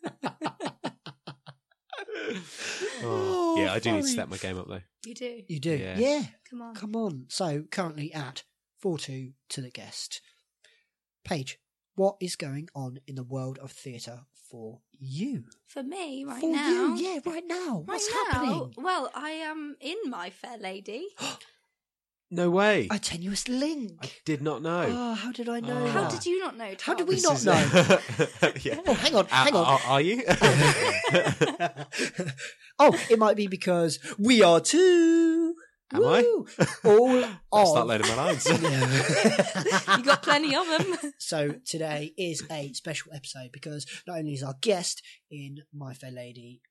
Speaker 2: Oh,
Speaker 3: Oh,
Speaker 2: yeah, I do need to
Speaker 3: funny.
Speaker 2: step my game up though.
Speaker 4: You do.
Speaker 3: You do,
Speaker 2: Yeah.
Speaker 3: yeah.
Speaker 4: Come on.
Speaker 3: Come on. So currently at 4 2 to the guest. Paige, what is going on in the world of theatre for you?
Speaker 4: For me, right
Speaker 3: for
Speaker 4: now.
Speaker 3: you, yeah, right now.
Speaker 4: Right
Speaker 3: What's
Speaker 4: now,
Speaker 3: happening?
Speaker 4: Well, I am in My Fair Lady.
Speaker 2: No way.
Speaker 3: A tenuous link.
Speaker 2: I did not know.
Speaker 3: Oh, how did I know?
Speaker 2: Oh.
Speaker 4: How
Speaker 3: that?
Speaker 4: did you not know? Tom?
Speaker 3: How did we
Speaker 2: This
Speaker 3: not
Speaker 2: is-
Speaker 3: know?
Speaker 2: yeah.
Speaker 3: Oh, hang on, hang
Speaker 2: Uh,
Speaker 3: on.
Speaker 2: Are, are you?
Speaker 3: oh, it might be because we are too.
Speaker 2: Am I?
Speaker 3: Woo! All
Speaker 2: I'll
Speaker 3: of.
Speaker 2: start loading my lines.
Speaker 4: you got plenty of them.
Speaker 3: So today is a special episode because not only is our guest in My Fair Lady,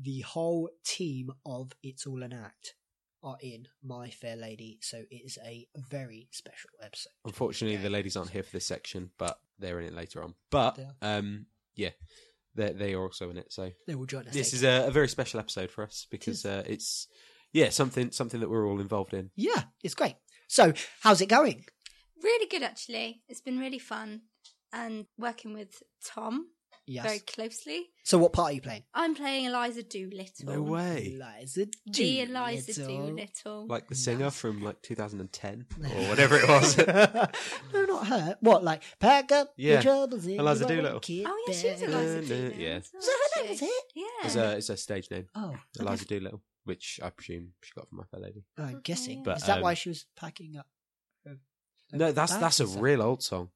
Speaker 3: the whole team of It's All an Act are in My Fair Lady. So it is a very special episode.
Speaker 2: Unfortunately, the ladies aren't here for this section, but they're in it later on. But
Speaker 3: They are.
Speaker 2: um, yeah, they they are also in it. So
Speaker 3: They will join us.
Speaker 2: this
Speaker 3: later.
Speaker 2: is a, a very special episode for us because
Speaker 3: is.
Speaker 2: uh, it's yeah something something that we're all involved in.
Speaker 3: yeah, it's great. So how's it going?
Speaker 4: really good, actually. It's been really fun, and working with Tom
Speaker 3: Yes.
Speaker 4: very closely.
Speaker 3: So what part are you playing?
Speaker 4: I'm playing Eliza Doolittle.
Speaker 3: Oh,
Speaker 2: No way.
Speaker 3: Eliza
Speaker 4: The Eliza
Speaker 3: Doolittle.
Speaker 4: Doolittle.
Speaker 2: Like the singer from like 2010 or whatever it was.
Speaker 3: no, not her. What, like, pack up
Speaker 2: Yeah.
Speaker 3: your troubles and
Speaker 2: Eliza
Speaker 3: you won't
Speaker 2: Doolittle.
Speaker 3: get
Speaker 4: oh yeah, she was
Speaker 3: back.
Speaker 4: Eliza
Speaker 2: Yeah.
Speaker 4: Doolittle.
Speaker 2: Yeah.
Speaker 4: as well,
Speaker 3: Was that her name,
Speaker 4: wasn't she?
Speaker 3: was it?
Speaker 4: Yeah.
Speaker 2: it's, a, it's a stage name,
Speaker 3: Oh,
Speaker 2: Eliza Doolittle, which I presume she got from My Fair Lady.
Speaker 3: I'm guessing.
Speaker 4: But,
Speaker 3: Is that why
Speaker 2: um,
Speaker 3: she was packing up? her- her
Speaker 2: No, that's
Speaker 3: bags
Speaker 2: that's a
Speaker 3: and stuff?
Speaker 2: real old song.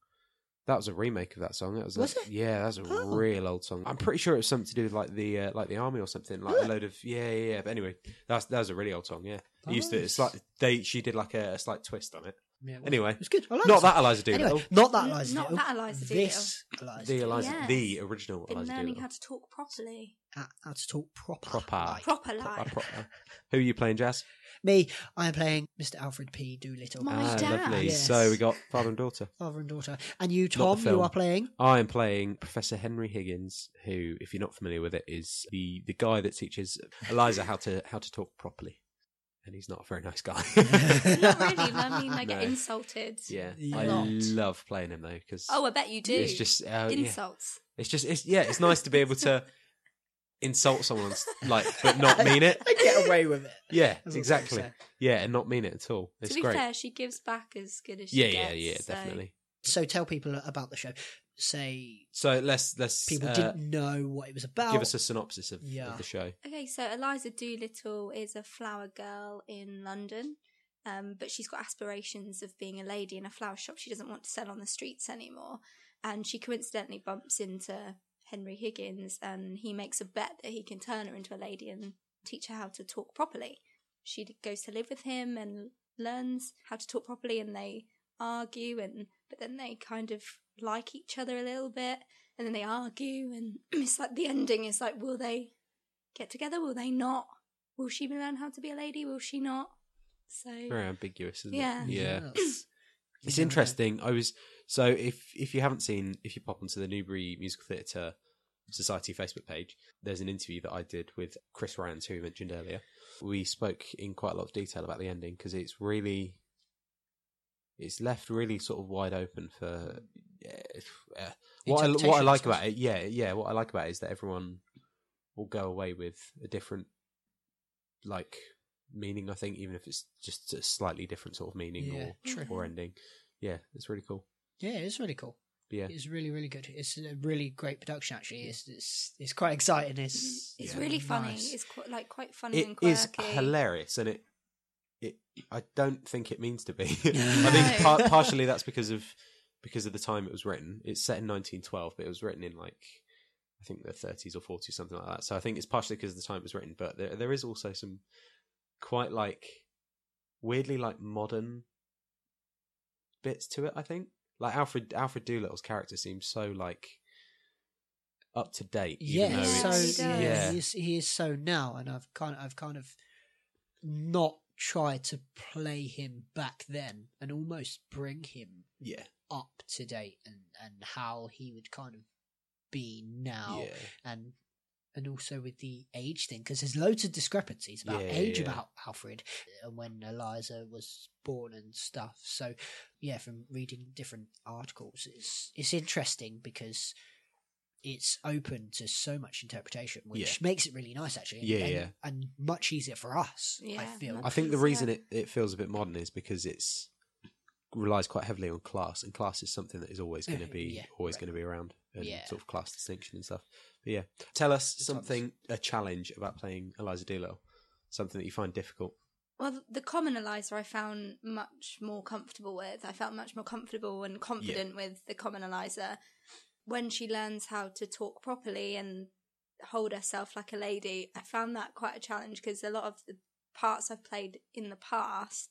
Speaker 2: That was a remake of that song. That was,
Speaker 3: Was
Speaker 2: a,
Speaker 3: it?
Speaker 2: Yeah, that was a
Speaker 3: Oh.
Speaker 2: real old song. I'm pretty sure it was something to do with like the uh, like the army or something. Like a
Speaker 3: Huh.
Speaker 2: load of yeah, yeah, yeah. But anyway, that's that was a really old song. Yeah, it used to. It's
Speaker 3: Nice.
Speaker 2: like they she did like a, a slight twist on it.
Speaker 3: Yeah, it was-
Speaker 2: Anyway,
Speaker 3: it was good. I like
Speaker 2: not that Eliza Doolittle.
Speaker 3: Anyway, not that
Speaker 4: N-
Speaker 3: Eliza.
Speaker 4: not
Speaker 3: Doolittle.
Speaker 4: that Eliza
Speaker 3: This Eliza.
Speaker 2: the
Speaker 3: Doolittle.
Speaker 2: Eliza,
Speaker 4: Yes.
Speaker 2: the original
Speaker 4: Been
Speaker 2: Eliza
Speaker 4: learning
Speaker 2: Doolittle.
Speaker 4: how to talk properly.
Speaker 3: Ah, How to talk proper.
Speaker 2: Proper.
Speaker 3: like.
Speaker 4: Proper
Speaker 2: Proper,
Speaker 4: life.
Speaker 2: proper. uh, Who are you playing, Jazz?
Speaker 3: Me, I am playing Mr. Alfred P. Doolittle.
Speaker 4: My
Speaker 2: ah,
Speaker 4: dad.
Speaker 2: lovely.
Speaker 3: Yes.
Speaker 2: So we got father and daughter.
Speaker 3: Father and daughter. And you,
Speaker 2: the
Speaker 3: Tom, you
Speaker 2: film.
Speaker 3: are playing.
Speaker 2: I am playing Professor Henry Higgins, who, if you're not familiar with it, is the, the guy that teaches Eliza how to how to talk properly, and he's not a very nice guy.
Speaker 4: not really. I mean, I get
Speaker 2: No.
Speaker 4: insulted.
Speaker 2: yeah,
Speaker 3: Yeah.
Speaker 2: I
Speaker 3: Not.
Speaker 2: love playing him though because
Speaker 4: Oh, I bet you do.
Speaker 2: it's just uh, yeah.
Speaker 4: insults.
Speaker 2: it's just it's yeah it's nice to be able to insult someone like but not mean it.
Speaker 3: I get away with it.
Speaker 2: Yeah,
Speaker 3: That's what
Speaker 2: exactly.
Speaker 3: they say.
Speaker 2: Yeah, and not mean it at all. It's
Speaker 4: to be
Speaker 2: great.
Speaker 4: fair, she gives back as good as she
Speaker 2: yeah, yeah,
Speaker 4: gets.
Speaker 2: yeah,
Speaker 4: so-
Speaker 2: definitely.
Speaker 3: So tell people about the show. Say
Speaker 2: So let's let's
Speaker 3: people
Speaker 2: uh,
Speaker 3: didn't know what it was about.
Speaker 2: give us a synopsis of,
Speaker 3: Yeah.
Speaker 2: of the show.
Speaker 4: Okay, so Eliza Doolittle is a flower girl in London, um, but she's got aspirations of being a lady in a flower shop. She doesn't want to sell on the streets anymore. And she coincidentally bumps into Henry Higgins, and he makes a bet that he can turn her into a lady and teach her how to talk properly. She d- goes to live with him and learns how to talk properly, and they argue, and but then they kind of like each other a little bit, and then they argue, and it's like the ending is like, will they get together? Will they not? Will she learn how to be a lady? Will she not? So
Speaker 2: Very ambiguous, isn't
Speaker 4: Yeah.
Speaker 2: it? Yeah.
Speaker 3: Yes.
Speaker 2: It's
Speaker 3: Yeah.
Speaker 2: interesting. I was so if if you haven't seen if you pop onto the Newbury Musical Theatre Society Facebook page, there's an interview that I did with Chris Rans, who we mentioned earlier. We spoke in quite a lot of detail about the ending because it's really it's left really sort of wide open for yeah, if- uh, what I, what I
Speaker 3: Interpretation,
Speaker 2: like
Speaker 3: I
Speaker 2: about it. Yeah, yeah. What I like about it is that everyone will go away with a different like meaning. I think even if it's just a slightly different sort of meaning
Speaker 3: Yeah,
Speaker 2: or
Speaker 3: true.
Speaker 2: or ending. Yeah, it's really cool.
Speaker 3: Yeah, it's really cool.
Speaker 2: But yeah,
Speaker 3: It's really, really good. It's a really great production, actually. It's it's, it's quite exciting. It's
Speaker 4: it's
Speaker 2: Yeah.
Speaker 4: really funny.
Speaker 3: nice.
Speaker 4: It's quite, like quite funny
Speaker 2: it
Speaker 4: and quirky.
Speaker 2: is hilarious, and it it I don't think it means to be. I
Speaker 3: No.
Speaker 2: think par- partially that's because of because of the time it was written. It's set in 1912, but it was written in like I think the 30s or 40s, something like that. So I think it's partially because of the time it was written, but there there is also some quite like weirdly like modern bits to it. I think like Alfred Alfred Doolittle's character seems so like up to date. even
Speaker 3: yeah,
Speaker 2: though
Speaker 3: it's so
Speaker 4: he
Speaker 2: it's-
Speaker 4: does.
Speaker 3: yeah,
Speaker 2: yeah.
Speaker 3: He, is, he is so now, and I've kind I've kind of not tried to play him back then, and almost bring him
Speaker 2: yeah,
Speaker 3: up to date and and how he would kind of be now,
Speaker 2: yeah.
Speaker 3: and and also with the age thing because there's loads of discrepancies about
Speaker 2: Yeah,
Speaker 3: age
Speaker 2: yeah.
Speaker 3: about Alfred uh, and when Eliza was born and stuff. So yeah, from reading different articles, it's it's interesting because it's open to so much interpretation, which
Speaker 2: Yeah.
Speaker 3: makes it really nice actually.
Speaker 2: Yeah,
Speaker 3: and,
Speaker 2: yeah.
Speaker 3: and much easier for us. I
Speaker 4: Yeah,
Speaker 3: feel.
Speaker 2: I
Speaker 4: much-
Speaker 2: think the
Speaker 4: Yeah.
Speaker 2: reason it, it feels a bit modern is because it's relies quite heavily on class, and class is something that is always going to be
Speaker 3: Yeah,
Speaker 2: always
Speaker 3: right.
Speaker 2: going to be around, and
Speaker 3: Yeah.
Speaker 2: sort of class distinction and stuff. But yeah, tell us
Speaker 3: Good
Speaker 2: something a challenge about playing Eliza Doolittle, something that you find difficult.
Speaker 4: Well, the common Eliza I found much more comfortable with. I felt much more comfortable and confident with the common Eliza when she learns how to talk properly and hold herself like a lady. I found that quite a challenge because a lot of the parts I've played in the past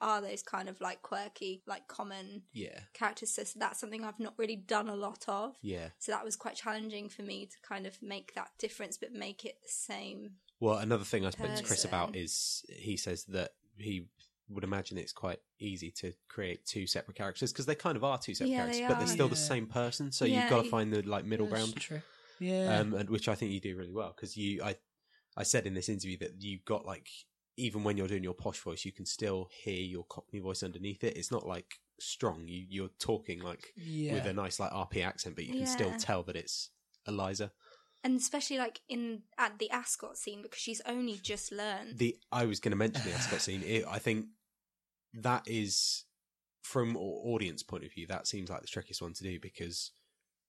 Speaker 4: are those kind of like quirky, like common
Speaker 2: Yeah,
Speaker 4: characters. So that's something I've not really done a lot of.
Speaker 2: yeah.
Speaker 4: So that was quite challenging for me to kind of make that difference, but make it the same.
Speaker 2: Well, another thing I spoke to Chris
Speaker 4: Person.
Speaker 2: about is he says that he would imagine it's quite easy to create two separate characters because they kind of are two separate
Speaker 4: Yeah,
Speaker 2: characters,
Speaker 4: they
Speaker 2: but they're
Speaker 4: are.
Speaker 2: still the
Speaker 3: Yeah.
Speaker 2: same person. So
Speaker 4: Yeah,
Speaker 2: you've got to
Speaker 4: you-
Speaker 2: find the like middle
Speaker 3: That's
Speaker 2: ground.
Speaker 3: True. Yeah.
Speaker 2: um, and which I think you do really well because you, I, I said in this interview that you got like even when you're doing your posh voice, you can still hear your Cockney voice underneath it. It's not like strong. You, you're talking like
Speaker 3: yeah.
Speaker 2: with a nice like RP accent, but you can still
Speaker 4: Yeah.
Speaker 2: tell that it's Eliza.
Speaker 4: and especially like in at the ascot scene because she's only just learned
Speaker 2: The I was going to mention the Ascot scene. It, I think that is from a audience point of view that seems like the trickiest one to do because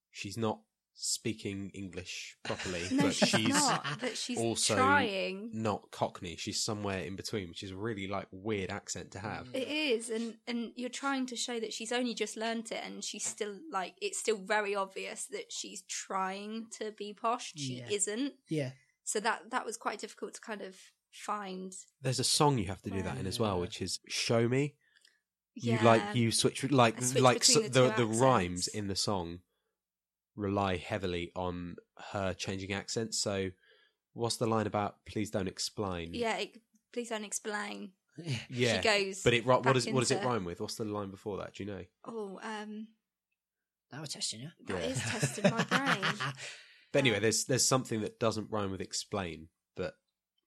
Speaker 2: she's not speaking English properly,
Speaker 4: No,
Speaker 2: but
Speaker 4: she's,
Speaker 2: she's
Speaker 4: not. But she's
Speaker 2: also-
Speaker 4: trying.
Speaker 2: not Cockney. She's somewhere in between, which is a really like weird accent to have.
Speaker 4: It is, and and you're trying to show that she's only just learnt it, and she's still like it's still very obvious that she's trying to be posh. She
Speaker 3: Yeah.
Speaker 4: isn't.
Speaker 3: Yeah.
Speaker 4: So that that was quite difficult to kind of find.
Speaker 2: There's a song you have to do that in as well,
Speaker 3: Yeah.
Speaker 2: which is "Show Me."
Speaker 4: Yeah.
Speaker 2: You like you switch like
Speaker 4: I switch
Speaker 2: like
Speaker 4: between
Speaker 2: so-
Speaker 4: the
Speaker 2: the
Speaker 4: two
Speaker 2: the, rhymes
Speaker 4: accents.
Speaker 2: in the song rely heavily on her changing accents. So, what's the line about? Please don't explain.
Speaker 4: Yeah. It, please don't explain.
Speaker 2: yeah.
Speaker 4: She goes.
Speaker 2: but it ri- what
Speaker 4: back
Speaker 2: does what does it
Speaker 4: into-
Speaker 2: rhyme with? What's the line before that? Do you know?
Speaker 4: Oh, um,
Speaker 3: That was testing you.
Speaker 4: that
Speaker 2: Yeah.
Speaker 4: is testing my brain.
Speaker 2: But anyway,
Speaker 4: Um,
Speaker 2: there's there's something that doesn't rhyme with explain, but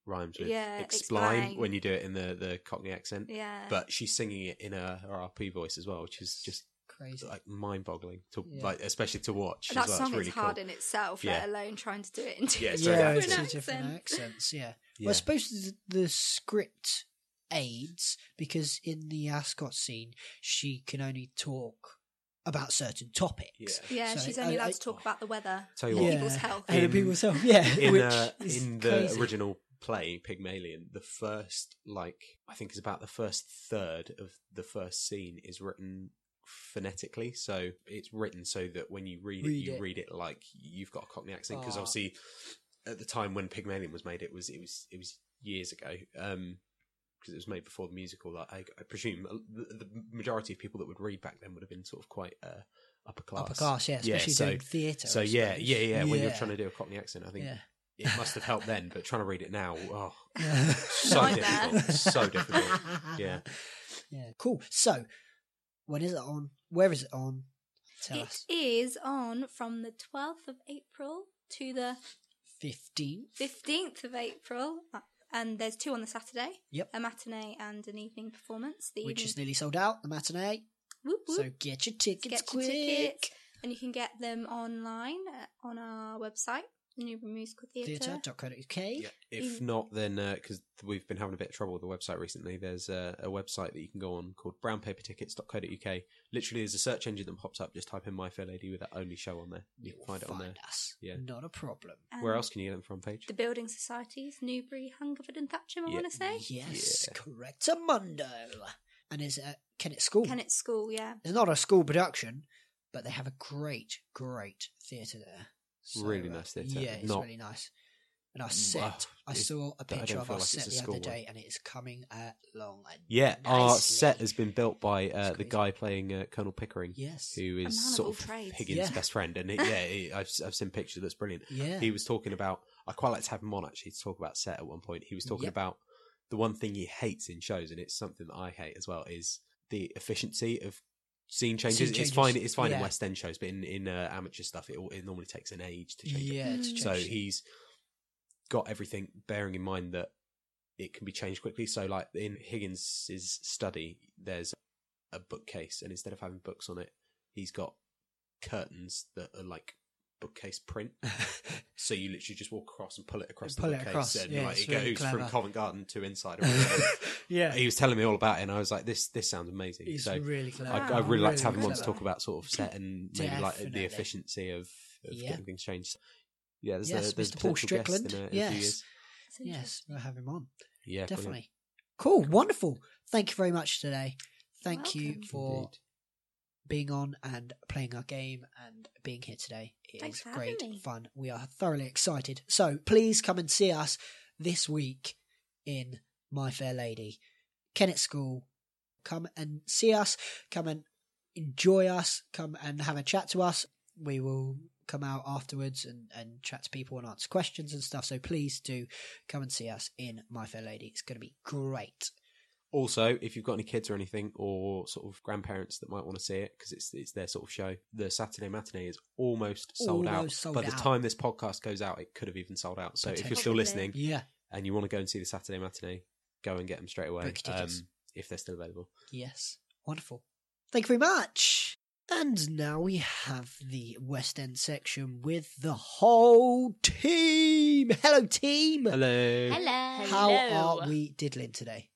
Speaker 2: rhymes with
Speaker 4: Yeah,
Speaker 2: explain,
Speaker 4: explain.
Speaker 2: when you do it in the the Cockney accent.
Speaker 4: Yeah.
Speaker 2: But she's singing it in her, her RP voice as well, which is just
Speaker 3: Crazy.
Speaker 2: like mind-boggling to
Speaker 3: Yeah.
Speaker 2: like, especially to watch.
Speaker 4: that
Speaker 2: as well.
Speaker 4: song
Speaker 2: it's really
Speaker 4: is hard
Speaker 2: cool.
Speaker 4: in itself,
Speaker 2: Yeah.
Speaker 4: let alone trying to do it in two
Speaker 2: Yeah, it's so
Speaker 3: yeah,
Speaker 2: different
Speaker 3: it's two
Speaker 4: accents.
Speaker 3: different accents. Yeah.
Speaker 2: Yeah.
Speaker 3: Well, I suppose the, the script aids because in the Ascot scene, she can only talk about certain topics.
Speaker 2: Yeah.
Speaker 4: Yeah,
Speaker 3: So,
Speaker 4: she's only
Speaker 3: I-
Speaker 4: allowed
Speaker 3: I-
Speaker 4: to talk about the weather.
Speaker 2: Tell you
Speaker 4: and
Speaker 2: what,
Speaker 4: People's health.
Speaker 3: And
Speaker 2: In-
Speaker 3: people's health, yeah.
Speaker 2: in
Speaker 3: which
Speaker 2: uh,
Speaker 3: is
Speaker 2: in the
Speaker 3: crazy.
Speaker 2: original play Pygmalion, the first like I think it's about the first third of the first scene is written phonetically, so it's written so that when you read,
Speaker 3: Read
Speaker 2: it, you
Speaker 3: it.
Speaker 2: read it like you've got a Cockney accent because
Speaker 3: Ah.
Speaker 2: obviously at the time when Pygmalion was made, it was it was it was years ago. Um, because it was made before the musical, like, I, I presume uh, the, the majority of people that would read back then would have been sort of quite uh, upper class.
Speaker 3: upper class, yeah,
Speaker 2: Yeah,
Speaker 3: especially
Speaker 2: so-
Speaker 3: doing theatre.
Speaker 2: So
Speaker 3: I
Speaker 2: yeah,
Speaker 3: suppose.
Speaker 2: yeah, yeah, When you're trying to do a Cockney accent, I think
Speaker 3: Yeah.
Speaker 2: it must have helped then, but trying to read it now, oh,
Speaker 3: Yeah.
Speaker 2: so
Speaker 4: Nightmare.
Speaker 2: difficult. So difficult. Yeah.
Speaker 3: Yeah. Cool. So, when is it on? Where is it on? Tell
Speaker 4: It
Speaker 3: us.
Speaker 4: is on from the 12th of April to the
Speaker 3: 15.
Speaker 4: 15th of April. uh, And there's two on the Saturday.
Speaker 3: Yep.
Speaker 4: A matinee and an evening performance. The
Speaker 3: Which
Speaker 4: evening,
Speaker 3: is nearly sold out, the matinee.
Speaker 4: whoop, whoop,
Speaker 3: So get your tickets
Speaker 4: Get your
Speaker 3: quick.
Speaker 4: tickets. And you can get them online uh, on our website, the Newbury Musical Theatre.
Speaker 3: Theatre.co.uk.
Speaker 2: Yeah. If not, then because we've been having a bit of trouble with the website recently, there's a, a website that you can go on called brownpapertickets.co.uk. Literally, there's a search engine that pops up. Just type in My Fair Lady with that only show on there. You
Speaker 3: You'll
Speaker 2: can find it on there.
Speaker 3: us.
Speaker 2: Yeah.
Speaker 3: Not a problem.
Speaker 4: And
Speaker 2: Where else can you get it from page?
Speaker 4: The Building Societies, Newbury, Hungerford and Thatcham, I
Speaker 2: Yeah.
Speaker 4: want to say.
Speaker 3: Yes, correct. Amundo. And is it Can It School?
Speaker 4: Kennett School, yeah.
Speaker 3: It's not a school production, but they have a great, great theatre there.
Speaker 2: Really
Speaker 3: uh,
Speaker 2: nice theatre.
Speaker 3: Yeah, it's
Speaker 2: Not- Mm.
Speaker 3: really nice. And our
Speaker 2: Wow,
Speaker 3: set, I
Speaker 2: it's-
Speaker 3: saw a
Speaker 2: I don't
Speaker 3: picture of
Speaker 2: feel
Speaker 3: our
Speaker 2: like it's
Speaker 3: set
Speaker 2: a
Speaker 3: the
Speaker 2: school
Speaker 3: other
Speaker 2: one.
Speaker 3: day, and it is coming along.
Speaker 2: Yeah, our
Speaker 3: nicely.
Speaker 2: set has been built by uh,
Speaker 3: That's
Speaker 2: the
Speaker 3: crazy.
Speaker 2: guy playing uh, Colonel Pickering,
Speaker 3: Yes.
Speaker 2: who
Speaker 4: man
Speaker 2: is
Speaker 4: of all
Speaker 2: sort of
Speaker 4: trades.
Speaker 2: Higgins'
Speaker 3: Yeah.
Speaker 2: best friend. And it, yeah, it, I've, I've seen pictures. It looks brilliant.
Speaker 3: Yeah.
Speaker 2: he was talking about i quite like to have him on actually to talk about set at one point he was talking
Speaker 3: Yep.
Speaker 2: about the one thing he hates in shows and it's something that i hate as well is the efficiency of scene changes,
Speaker 3: changes,
Speaker 2: it's fine it's fine in
Speaker 3: yeah.
Speaker 2: west end shows but in, in uh, amateur stuff it, al- it normally takes an age to change it
Speaker 3: yeah. to
Speaker 4: Mm.
Speaker 3: change
Speaker 2: so
Speaker 3: it.
Speaker 2: he's got everything bearing in mind that it can be changed quickly so like in higgins's study there's a bookcase and instead of having books on it he's got curtains that are like bookcase print so you literally just walk across and pull it across
Speaker 3: And pull
Speaker 2: the
Speaker 3: it
Speaker 2: bookcase,
Speaker 3: across,
Speaker 2: and
Speaker 3: yeah,
Speaker 2: like,
Speaker 3: it's
Speaker 2: it
Speaker 3: really
Speaker 2: goes
Speaker 3: clever.
Speaker 2: from Covent Garden to inside. or whatever.
Speaker 3: yeah.
Speaker 2: he was telling me all about it, and I was like, "This this sounds amazing."
Speaker 3: He's
Speaker 2: so
Speaker 3: Ah, really clever.
Speaker 2: I, I
Speaker 4: Wow.
Speaker 2: really, like to have him on to
Speaker 3: clever.
Speaker 2: talk about sort of set and maybe like
Speaker 3: Definitely.
Speaker 2: the efficiency of, of
Speaker 3: Yeah.
Speaker 2: getting things changed. Yeah, there's,
Speaker 3: Yes,
Speaker 2: a, there's a
Speaker 3: Mr. Paul
Speaker 2: potential guest
Speaker 3: Strickland.
Speaker 2: In a, in a
Speaker 3: Yes.
Speaker 2: few years.
Speaker 4: It's
Speaker 3: Yes, we'll have him on.
Speaker 2: yeah, brilliant.
Speaker 3: Definitely. Cool. Wonderful. Thank you very much today. Thank you
Speaker 4: Welcome.
Speaker 3: for
Speaker 2: Indeed.
Speaker 3: being on and playing our game and being here today. It
Speaker 4: Thanks
Speaker 3: is
Speaker 4: for having
Speaker 3: great
Speaker 4: me.
Speaker 3: fun. We are thoroughly excited. So please come and see us this week in My Fair Lady, Kennett School. Come and see us. Come and enjoy us. Come and have a chat to us. We will come out afterwards and, and chat to people and answer questions and stuff. So please do come and see us in My Fair Lady. It's going to be great.
Speaker 2: Also, if you've got any kids or anything, or sort of grandparents that might want to see it because it's it's their sort of show, the Saturday matinee is almost sold out.
Speaker 3: Almost sold
Speaker 2: By the
Speaker 3: out.
Speaker 2: time this podcast goes out, it could have even sold out. So if you're still
Speaker 4: Potentially.
Speaker 2: listening,
Speaker 3: Yeah.
Speaker 2: and you want to go and see the Saturday matinee, go and get them straight away um,
Speaker 3: Book your tickets.
Speaker 2: if they're still available.
Speaker 3: Yes. Wonderful. Thank you very much. And now we have the West End section with the whole team. Hello, team.
Speaker 2: Hello.
Speaker 6: Hello.
Speaker 3: How are we diddling today?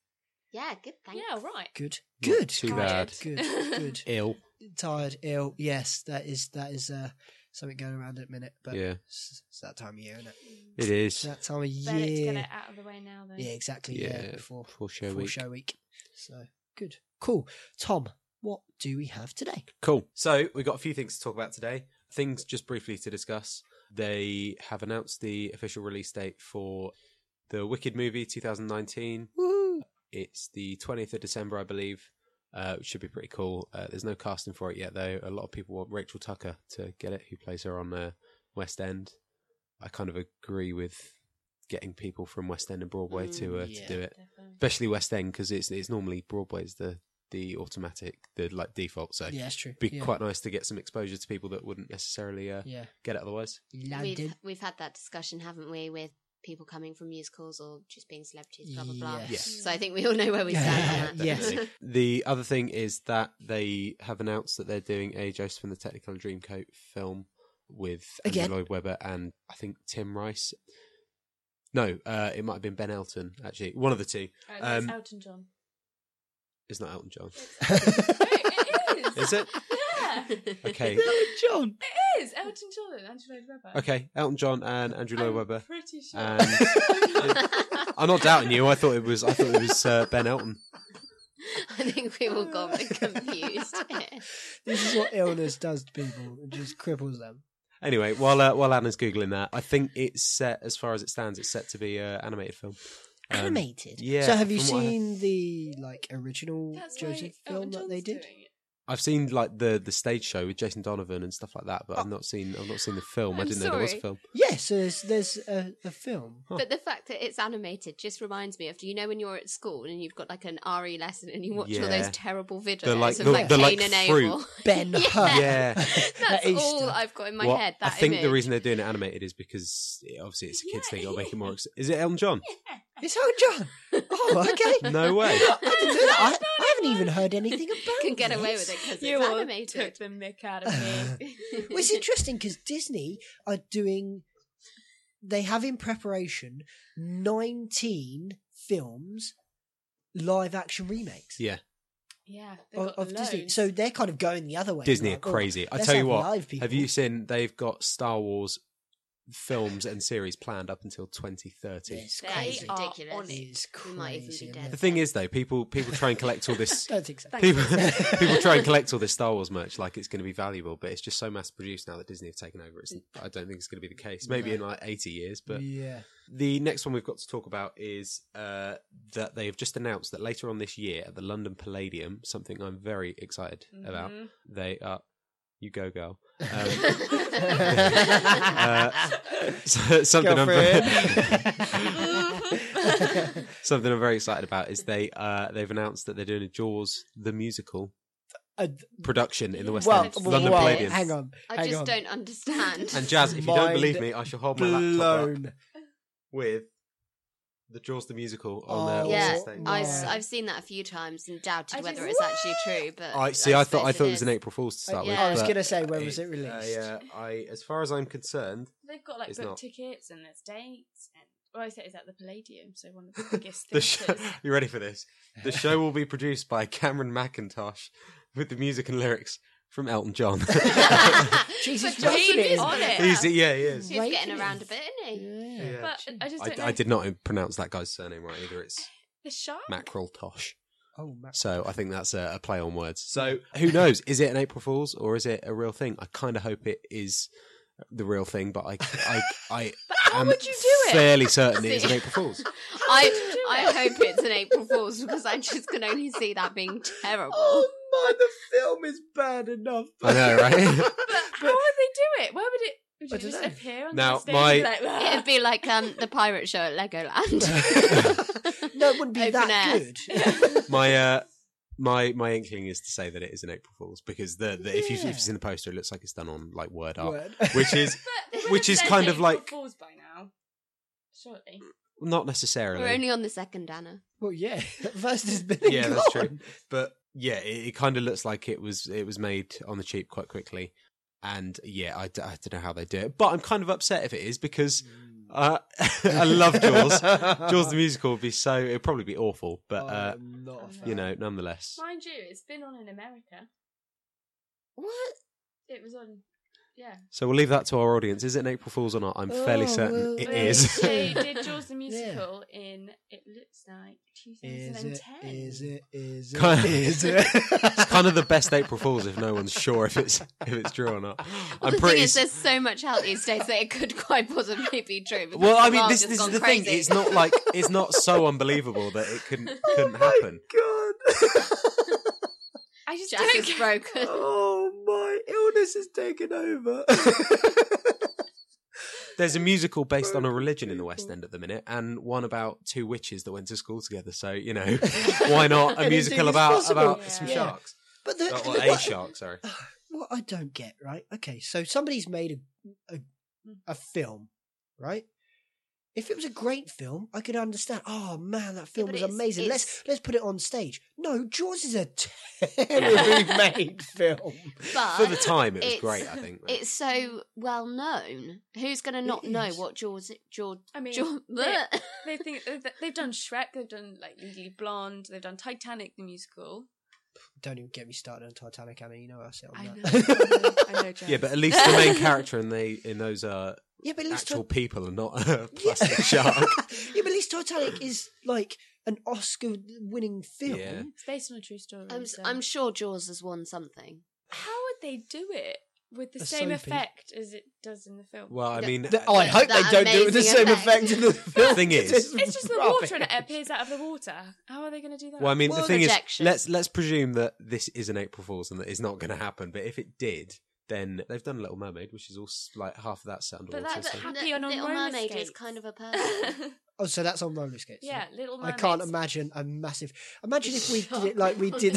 Speaker 6: Yeah, good. Thanks.
Speaker 7: Yeah, right.
Speaker 3: Good.
Speaker 2: Not
Speaker 3: Good.
Speaker 2: too
Speaker 3: good.
Speaker 2: bad.
Speaker 3: Good. Good.
Speaker 2: Ill.
Speaker 3: Tired. Ill. Yes, that is that is uh something going around at a minute, but
Speaker 2: Yeah.
Speaker 3: it's, it's that time of year, isn't it?
Speaker 2: It
Speaker 3: It's
Speaker 2: is.
Speaker 3: that time of
Speaker 4: Better to
Speaker 3: year.
Speaker 4: get it out of the way now, though.
Speaker 3: Yeah, exactly. Yeah,
Speaker 2: Yeah,
Speaker 3: before
Speaker 2: Before show
Speaker 3: before
Speaker 2: week.
Speaker 3: show week. So good, cool. Tom, what do we have today?
Speaker 2: Cool. So we've got a few things to talk about today. Things just briefly to discuss. They have announced the official release date for the Wicked movie 2019.
Speaker 3: Woohoo!
Speaker 2: It's the 20th of December, I believe. Uh, which should be pretty cool. Uh, there's no casting for it yet, though. A lot of people want Rachel Tucker to get it, who plays her on uh, West End. I kind of agree with getting people from West End and Broadway to uh,
Speaker 3: yeah.
Speaker 2: to do it,
Speaker 4: Definitely.
Speaker 2: especially West End because it's it's normally Broadway's the the automatic the like default. So
Speaker 3: Yeah, that's true.
Speaker 2: be
Speaker 3: yeah.
Speaker 2: quite nice to get some exposure to people that wouldn't necessarily uh,
Speaker 3: Yeah,
Speaker 2: get it otherwise.
Speaker 3: landed.
Speaker 6: We've we've had that discussion, haven't we, with people coming from musicals or just being celebrities, blah blah blah.
Speaker 3: Yes.
Speaker 6: So I think we all know where we stand on that.
Speaker 3: Yes.
Speaker 2: Definitely. the other thing is that they have announced that they're doing a Joseph and the Technicolor Dreamcoat film with Andrew
Speaker 3: Again?
Speaker 2: Lloyd Webber and I think Tim Rice. No, uh, it might have been Ben Elton actually. One of the two. Um,
Speaker 4: Elton John.
Speaker 2: It's not Elton John.
Speaker 4: it
Speaker 2: Is it?
Speaker 4: Yeah,
Speaker 2: Okay.
Speaker 3: John.
Speaker 4: it is. Elton John and Andrew Lloyd Webber.
Speaker 2: Okay. Um, Elton John and Andrew Lloyd
Speaker 4: I'm
Speaker 2: Webber.
Speaker 4: Pretty sure.
Speaker 2: And I'm not doubting you. I thought it was. I thought it was uh, Ben Elton.
Speaker 6: I think we all got a bit confused.
Speaker 3: This is what illness does to people. It just cripples them.
Speaker 2: Anyway, while uh, while Anna's googling that, I think it's set as far as it stands. It's set to be an animated film. Um,
Speaker 3: Animated.
Speaker 2: yeah,
Speaker 3: So have you
Speaker 2: from what I-
Speaker 3: seen the like original
Speaker 4: That's
Speaker 3: Joseph
Speaker 4: why
Speaker 3: film
Speaker 4: Elton
Speaker 3: that they
Speaker 4: John's
Speaker 3: did?
Speaker 4: doing it.
Speaker 2: I've seen like the the stage show with Jason Donovan and stuff like that, but I've not seen I've not seen the film. I
Speaker 6: Oh. I'm
Speaker 2: didn't know there was a
Speaker 6: sorry.
Speaker 2: film.
Speaker 3: Yeah. So there's there's a, a film.
Speaker 6: But the fact that it's animated just reminds me of do you know when you're at school and you've got like an RE lesson and you watch all
Speaker 2: Yeah.
Speaker 6: those terrible videos
Speaker 2: like-
Speaker 6: of
Speaker 2: the-
Speaker 6: like
Speaker 2: the, like,
Speaker 6: Cain and Abel.
Speaker 2: fruit.
Speaker 3: Ben Hur.
Speaker 2: Yeah.
Speaker 6: That's
Speaker 3: At
Speaker 6: all
Speaker 3: Easter.
Speaker 6: I've got in my
Speaker 2: Well,
Speaker 6: head.
Speaker 2: I
Speaker 6: That
Speaker 2: think the
Speaker 6: image.
Speaker 2: reason they're doing it animated is because it, obviously it's a kids thing. It'll make it more. Ex- is it Elton John?
Speaker 3: It's Elton John. Oh, okay.
Speaker 2: No way.
Speaker 3: I didn't know that. I, I haven't even heard anything about.
Speaker 6: can get away
Speaker 3: this.
Speaker 6: with it because
Speaker 4: You
Speaker 6: it's
Speaker 4: all
Speaker 6: animated.
Speaker 4: took the mick out of me.
Speaker 3: Well, it's interesting because Disney are doing. They have in preparation nineteen films, live action remakes
Speaker 2: Yeah,
Speaker 4: yeah, they've
Speaker 3: of,
Speaker 4: got
Speaker 3: of Disney.
Speaker 4: loads.
Speaker 3: So they're kind of going the other way.
Speaker 2: Disney are
Speaker 3: like, oh,
Speaker 2: crazy. I
Speaker 3: let's
Speaker 2: tell you
Speaker 3: have
Speaker 2: what.
Speaker 3: live people.
Speaker 2: Have you seen? They've got Star Wars films and series planned up until 2030.
Speaker 3: It's
Speaker 6: They
Speaker 3: crazy.
Speaker 6: are
Speaker 4: Ridiculous.
Speaker 6: on it.
Speaker 3: It's
Speaker 6: We might even be
Speaker 3: crazy. isn't
Speaker 6: dead.
Speaker 2: The
Speaker 3: it?
Speaker 2: thing is, though, people people try and collect all this.
Speaker 3: don't think so.
Speaker 2: People, people try and collect all this Star Wars merch like it's going to be valuable, but it's just so mass produced now that Disney have taken over. It's, I don't think it's going to be the case. Maybe in like 80 years, but
Speaker 3: yeah,
Speaker 2: the next one we've got to talk about is uh, that they've just announced that later on this year at the London Palladium, something I'm very excited
Speaker 3: Mm-hmm.
Speaker 2: about,
Speaker 4: Mhm.
Speaker 2: they are. You go, girl. Um,
Speaker 3: Uh,
Speaker 2: so- something I'm
Speaker 3: Girlfriend.
Speaker 2: something I'm very excited about is they uh, they've announced that they're doing a Jaws the musical
Speaker 3: Uh,
Speaker 2: production in the West
Speaker 3: well,
Speaker 2: End,
Speaker 3: well,
Speaker 2: London
Speaker 3: well,
Speaker 2: Palladium.
Speaker 3: Hang on,
Speaker 6: I
Speaker 3: hang
Speaker 6: just
Speaker 3: on.
Speaker 6: don't understand.
Speaker 2: And Jazz, if you don't
Speaker 3: Mind
Speaker 2: believe me, I shall hold my laptop up
Speaker 3: Blown.
Speaker 2: with the Jaws the musical on there.
Speaker 3: Oh,
Speaker 2: on
Speaker 6: yeah,
Speaker 2: stage.
Speaker 3: my.
Speaker 6: I, have seen that a few times and doubted
Speaker 4: I
Speaker 6: whether
Speaker 4: just-
Speaker 6: it's actually true. But
Speaker 2: I see. I, thought I
Speaker 6: suppose
Speaker 2: thought it was
Speaker 6: is.
Speaker 2: an April Fool's to start
Speaker 6: yeah.
Speaker 2: with.
Speaker 3: I was
Speaker 2: but
Speaker 3: gonna say, when was it released?
Speaker 2: uh, yeah, I, as far as I'm concerned,
Speaker 4: They've got like
Speaker 2: It's
Speaker 4: book
Speaker 2: not.
Speaker 4: tickets and there's dates and well, I say it's at the Palladium, so one of the biggest
Speaker 2: the show.
Speaker 4: things.
Speaker 2: You ready for this? The show will be produced by Cameron McIntosh with the music and lyrics from Elton John.
Speaker 3: Jesus,
Speaker 6: But Jane
Speaker 3: raping
Speaker 6: is
Speaker 3: it.
Speaker 6: on it.
Speaker 2: He's, yeah, he is.
Speaker 6: He's
Speaker 3: Raping
Speaker 6: getting
Speaker 3: it.
Speaker 6: around a bit, isn't he?
Speaker 3: Yeah.
Speaker 2: Yeah.
Speaker 4: But I just don't know.
Speaker 2: I, I did not pronounce that guy's surname right either. It's
Speaker 4: The shark.
Speaker 2: Mackerel Tosh.
Speaker 3: Oh, Matt.
Speaker 2: So I think that's a, a play on words. So who knows? Is it an April Fool's or is it a real thing? I kind of hope it is the real thing, but I, I, I am
Speaker 6: it?
Speaker 2: fairly certain it is an April Fool's.
Speaker 6: I I hope it's an April Fool's because I just can only see that being terrible.
Speaker 3: Oh, my, the film is bad enough.
Speaker 2: I know, right?
Speaker 4: But how would they do it? Where would it? Would
Speaker 3: I
Speaker 4: it
Speaker 3: don't
Speaker 4: just
Speaker 3: know.
Speaker 4: appear on
Speaker 2: Now,
Speaker 4: the stage?
Speaker 2: my-
Speaker 4: and be like,
Speaker 6: It'd be like um the pirate show at Legoland.
Speaker 3: no, it wouldn't be
Speaker 6: Open
Speaker 3: that
Speaker 6: air.
Speaker 3: good.
Speaker 2: my uh, my my inkling is to say that it is an April Fool's because the, the if you if
Speaker 3: Yeah.
Speaker 2: you've seen the poster, it looks like it's done on like word art,
Speaker 3: Word.
Speaker 2: which is
Speaker 4: But they would
Speaker 2: Which
Speaker 4: have
Speaker 2: is
Speaker 4: said
Speaker 2: kind of
Speaker 4: April
Speaker 2: like-
Speaker 4: Fools by now, surely.
Speaker 2: not necessarily.
Speaker 6: We're only on the second Anna.
Speaker 3: Well, yeah, first has been
Speaker 2: yeah,
Speaker 3: and
Speaker 2: that's
Speaker 3: gone.
Speaker 2: true. But yeah, it, it kind of looks like it was it was made on the cheap quite quickly, and yeah, I, d- I don't know how they do it, but I'm kind of upset if it is because uh, I love Jaws. Jaws the musical would be so it'd probably be awful,
Speaker 3: Oh,
Speaker 2: but uh,
Speaker 3: I'm not a fan.
Speaker 2: you know, nonetheless.
Speaker 4: Mind you, it's been on in America.
Speaker 6: What?
Speaker 4: It was on.
Speaker 7: Yeah.
Speaker 2: So we'll leave that to our audience. Is it an April Fool's or not? I'm fairly
Speaker 3: Oh,
Speaker 2: certain
Speaker 3: well,
Speaker 2: it
Speaker 7: Um,
Speaker 2: is.
Speaker 7: They did Jaws the musical in it looks like
Speaker 3: Is it?
Speaker 7: 2010.
Speaker 3: Is it? Is
Speaker 2: Kind
Speaker 3: it?
Speaker 2: of-
Speaker 3: Is it?
Speaker 2: it's kind of the best April Fool's if no one's sure if it's if it's true or not.
Speaker 6: Well,
Speaker 2: I'm
Speaker 6: the
Speaker 2: pretty.
Speaker 6: thing is,
Speaker 2: s-
Speaker 6: there's so much out these days that it could quite possibly be true. because
Speaker 2: well,
Speaker 6: the
Speaker 2: I mean,
Speaker 6: world's
Speaker 2: this,
Speaker 6: just
Speaker 2: this is
Speaker 6: gone
Speaker 2: the
Speaker 6: crazy. Oh
Speaker 2: thing. It's not like it's not so unbelievable that it couldn't
Speaker 3: Oh
Speaker 2: couldn't happen.
Speaker 3: God.
Speaker 7: I just
Speaker 6: Jazz
Speaker 7: don't
Speaker 6: is
Speaker 7: get-
Speaker 6: broken.
Speaker 3: oh, my illness is taking over.
Speaker 2: There's a musical based on a religion in the West End at the minute, and one about two witches that went to school together. So you know, why not a
Speaker 3: Anything
Speaker 2: musical
Speaker 3: is
Speaker 2: about
Speaker 3: possible.
Speaker 2: about
Speaker 7: Yeah.
Speaker 2: some
Speaker 3: Yeah.
Speaker 2: sharks
Speaker 3: but the,
Speaker 2: or,
Speaker 3: the-
Speaker 2: or a
Speaker 3: what-
Speaker 2: shark? Oh, Sorry.
Speaker 3: what I don't get, right? Okay, so somebody's made a, a a film, right? If it was a great film, I could understand. Oh man, that film
Speaker 6: but
Speaker 3: was
Speaker 6: it's-
Speaker 3: amazing.
Speaker 6: it's-
Speaker 3: Let's let's put it on stage. No, Jaws is a terribly made film.
Speaker 6: But
Speaker 2: For the time, it was
Speaker 6: it's-
Speaker 2: great. I think.
Speaker 6: it's so well known. Who's going to not
Speaker 3: It
Speaker 6: know
Speaker 3: is.
Speaker 6: what Jaws? Jaws?
Speaker 7: I mean,
Speaker 6: Jaws
Speaker 7: they, they think they- they've done Shrek, they've done like Legally Blonde, they've done Titanic the musical.
Speaker 3: Don't even get me started on Titanic, Anna. You know I sit on
Speaker 7: I know, I know,
Speaker 3: that.
Speaker 7: I know, Jazz.
Speaker 2: Oh, Yeah, but at least the main character in they in those are
Speaker 3: yeah, but at least
Speaker 2: actual
Speaker 3: Ti-
Speaker 2: people and not a
Speaker 3: yeah.
Speaker 2: plastic shark.
Speaker 3: yeah, but at least Titanic is like an Oscar-winning film.
Speaker 2: Yeah.
Speaker 7: it's based on a true story.
Speaker 6: I'm,
Speaker 7: so-
Speaker 6: I'm sure Jaws has won something.
Speaker 7: How would they do it with the
Speaker 3: A
Speaker 7: same
Speaker 3: soapy.
Speaker 7: effect as it does in the film?
Speaker 2: Well, I mean,
Speaker 3: Th- oh, I
Speaker 6: That-
Speaker 3: hope they
Speaker 6: that
Speaker 3: don't do it with the
Speaker 6: amazing
Speaker 3: same
Speaker 6: effect.
Speaker 3: effect in the film.
Speaker 2: Thing is-
Speaker 7: it's just the water and it
Speaker 3: rubbish.
Speaker 7: appears out of the water. How are they going to do that?
Speaker 2: well, I mean, the
Speaker 3: Well,
Speaker 2: thing
Speaker 6: projection.
Speaker 2: is, let's let's presume that this is an April Fool's and that it's not going to happen. But if it did, then they've done Little Mermaid, which is all s- like half of that's underwater.
Speaker 7: But that-
Speaker 2: so-
Speaker 7: that- Happy on- on
Speaker 6: Little
Speaker 7: roller
Speaker 6: Mermaid is
Speaker 7: skates.
Speaker 6: kind of a person.
Speaker 3: Oh, so that's on roller skates.
Speaker 7: yeah, little.
Speaker 3: I
Speaker 7: Mermaids.
Speaker 3: can't imagine a massive. Imagine if we did it like we did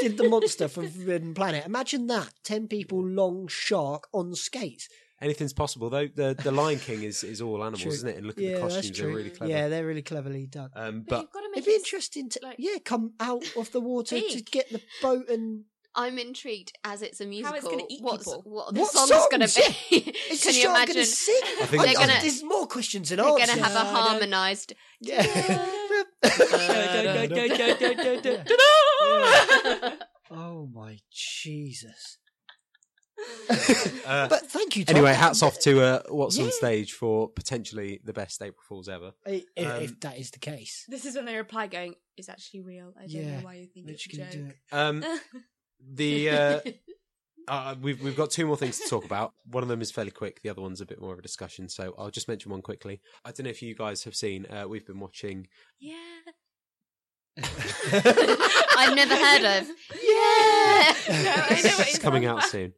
Speaker 3: did the monster from Forbidden Planet. Imagine that ten people long shark on skates.
Speaker 2: Anything's possible, though. The the Lion King is is all animals,
Speaker 3: True.
Speaker 2: isn't it? And look
Speaker 3: Yeah,
Speaker 2: at the
Speaker 3: that's
Speaker 2: costumes; they're
Speaker 3: true.
Speaker 2: really clever.
Speaker 3: Yeah, they're really cleverly done.
Speaker 2: Um,
Speaker 7: But,
Speaker 2: but
Speaker 7: you've got to make
Speaker 3: It'd be
Speaker 7: it
Speaker 3: interesting to
Speaker 7: like-
Speaker 3: yeah come out of the water to
Speaker 7: Big.
Speaker 3: get the boat and
Speaker 6: I'm intrigued as it's a musical.
Speaker 7: How it's gonna eat
Speaker 6: what's,
Speaker 7: people.
Speaker 6: what the
Speaker 3: What
Speaker 6: song's going
Speaker 3: songs?
Speaker 6: to be?
Speaker 3: is
Speaker 6: Can
Speaker 3: the
Speaker 6: you
Speaker 3: shark
Speaker 6: imagine?
Speaker 3: going to sing?
Speaker 2: I think
Speaker 6: They're
Speaker 2: it's-
Speaker 6: gonna-
Speaker 3: there's more questions than
Speaker 6: They're going
Speaker 3: answers.
Speaker 6: to have a harmonised.
Speaker 3: Yeah. oh my Jesus!
Speaker 2: uh,
Speaker 3: But thank you. Tom.
Speaker 2: anyway, hats off to uh, what's on
Speaker 3: Yeah.
Speaker 2: stage for potentially the best April Fool's ever.
Speaker 3: I- If,
Speaker 2: Um,
Speaker 3: if that is the case,
Speaker 7: This is when they reply, going, "It's actually real. I don't
Speaker 3: Yeah,
Speaker 7: know why you think
Speaker 3: they're
Speaker 7: it's a
Speaker 3: just gonna do
Speaker 7: joke."
Speaker 3: it.
Speaker 2: Um,
Speaker 7: Uh.
Speaker 2: the uh, uh, we've we've got two more things to talk about. One of them is fairly quick. The other one's a bit more of a discussion. So I'll just mention one quickly. I don't know if you guys have seen. Uh, we've been watching.
Speaker 7: Yeah.
Speaker 6: I've never heard of. Yeah.
Speaker 7: No, I know what
Speaker 2: it's
Speaker 7: it's
Speaker 2: coming
Speaker 7: on
Speaker 2: out
Speaker 7: about.
Speaker 2: soon.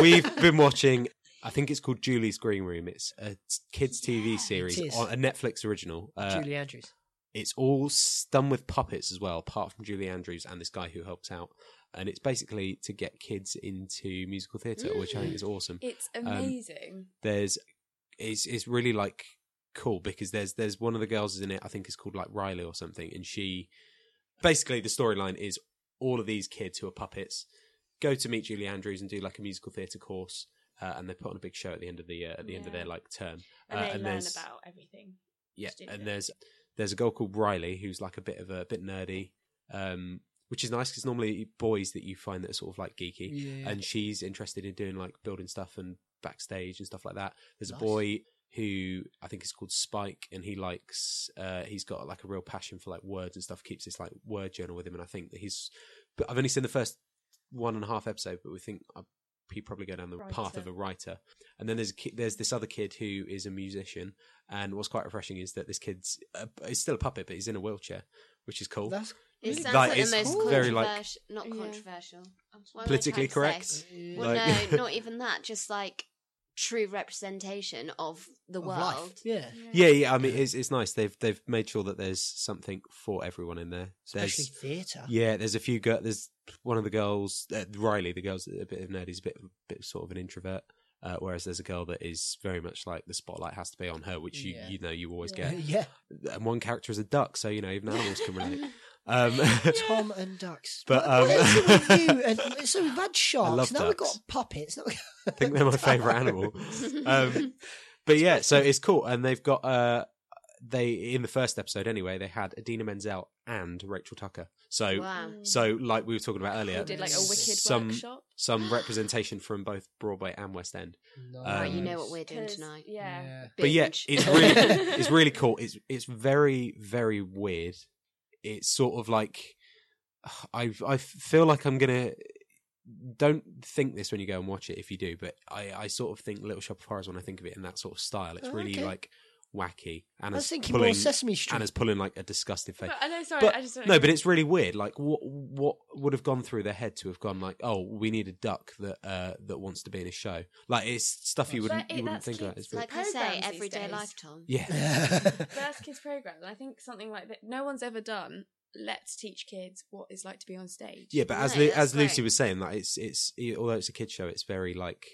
Speaker 2: we've been watching. I think it's called Julie's Green Room. It's a t- kids' TV series,
Speaker 3: It is.
Speaker 2: on a Netflix original. Uh,
Speaker 3: Julie Andrews.
Speaker 2: it's all s- done with puppets as well, apart from Julie Andrews and this guy who helps out. And it's basically to get kids into musical theatre, which I think is awesome.
Speaker 7: It's amazing.
Speaker 2: There's, it's, it's really like cool because there's there's one of the girls in it. I think is called like Riley or something, and she basically the storyline is all of these kids who are puppets go to meet Julie Andrews and do like a musical theatre course, uh, and they put on a big show at the end of the uh, at the end of
Speaker 7: Yeah.
Speaker 2: their like term.
Speaker 7: and
Speaker 2: uh,
Speaker 7: they
Speaker 2: and
Speaker 7: learn
Speaker 2: there's-
Speaker 7: about everything.
Speaker 2: Yeah,
Speaker 7: Just do
Speaker 2: and
Speaker 7: it.
Speaker 2: there's there's a girl called Riley who's like a bit of a, a bit nerdy, um, which is nice because normally boys that you find that are sort of like geeky,
Speaker 3: Yeah.
Speaker 2: and she's interested in doing like building stuff and backstage and stuff like that. There's
Speaker 3: Nice.
Speaker 2: a boy who I think is called Spike, and he likes uh, he's got like a real passion for like words and stuff. Keeps this like word journal with him, and I think that he's. But I've only seen the first one and a half episode, but we think uh, he'd probably go down the path
Speaker 7: Writer.
Speaker 2: of a writer. And then there's a ki- there's this other kid who is a musician, and what's quite refreshing is that this kid's uh, he's still a puppet, but he's in a wheelchair, which is cool.
Speaker 3: That's
Speaker 6: It sounds
Speaker 2: Like,
Speaker 6: like,
Speaker 2: it's
Speaker 6: the most controversial.
Speaker 2: very, like-
Speaker 6: not
Speaker 7: Yeah.
Speaker 6: controversial. What am I
Speaker 2: Politically
Speaker 6: trying to
Speaker 2: correct?
Speaker 6: say?
Speaker 3: yeah.
Speaker 6: Well,
Speaker 2: Like-
Speaker 6: no, not even that. Just like true representation of the
Speaker 3: Of life.
Speaker 6: world.
Speaker 3: Yeah.
Speaker 2: Yeah, yeah. I mean, it's it's nice. They've they've made sure that there's something for everyone in there.
Speaker 3: Especially
Speaker 2: There's
Speaker 3: theatre.
Speaker 2: yeah, there's a few girls. There's one of the girls, uh, Riley, the girl's a bit of a nerd. He's a bit bit sort of an introvert. Uh, whereas there's a girl that is very much like the spotlight has to be on her, which you
Speaker 3: Yeah.
Speaker 2: you know you always
Speaker 3: Yeah.
Speaker 2: get. And one character is a duck, so you know even animals can relate. Um,
Speaker 3: Tom and ducks.
Speaker 2: But,
Speaker 3: What- what
Speaker 2: um,
Speaker 3: is it with you? And- so we've had sharks.
Speaker 2: love
Speaker 3: now we've
Speaker 2: ducks.
Speaker 3: got puppets. Now we
Speaker 2: I think they're my favourite animal. Um, but yeah, so it's cool, and they've got uh, they in the first episode anyway. They had Adina Menzel and Rachel Tucker. So,
Speaker 6: Wow.
Speaker 2: so like we were talking about
Speaker 7: They
Speaker 2: earlier,
Speaker 7: did like a wicked
Speaker 2: some
Speaker 7: workshop.
Speaker 2: some representation from both Broadway and West End.
Speaker 6: Right, you
Speaker 2: Um,
Speaker 6: know what we're doing
Speaker 7: 'Cause-
Speaker 6: tonight.
Speaker 7: Yeah.
Speaker 2: But yeah,
Speaker 6: Binge.
Speaker 2: it's really it's really cool. It's it's very very weird. It's sort of like I I feel like I'm gonna. Don't think this when you go and watch it if you do, but I, I sort of think Little Shop of Horrors when I think of it in that sort of style. It's
Speaker 3: Oh,
Speaker 2: really
Speaker 3: okay.
Speaker 2: like wacky.
Speaker 3: I
Speaker 2: and
Speaker 3: was
Speaker 2: it's
Speaker 3: thinking
Speaker 2: pulling,
Speaker 3: more Sesame Street.
Speaker 2: Anna's pulling like a disgusted face.
Speaker 7: But, I know, sorry,
Speaker 2: But-
Speaker 7: I just don't
Speaker 2: No, but it's really weird. Like, what what would have gone through their head to have gone like, oh, we need a duck that uh, that wants to be in a show. Like, it's stuff you
Speaker 7: But
Speaker 2: wouldn't you
Speaker 7: it-
Speaker 2: wouldn't
Speaker 7: that's
Speaker 2: think about.
Speaker 7: kids,
Speaker 2: It's really,
Speaker 6: like I say,
Speaker 7: Programs these
Speaker 6: everyday
Speaker 7: days.
Speaker 6: life, Tom.
Speaker 2: yeah,
Speaker 7: But that's kids' programs. I think something like that. No one's ever done. Let's teach kids what it's like to be on stage.
Speaker 2: yeah. But as
Speaker 6: No,
Speaker 2: Lu-
Speaker 6: that's
Speaker 2: as Lucy
Speaker 6: great.
Speaker 2: was saying, like, it's it's although it's a kid show, it's very like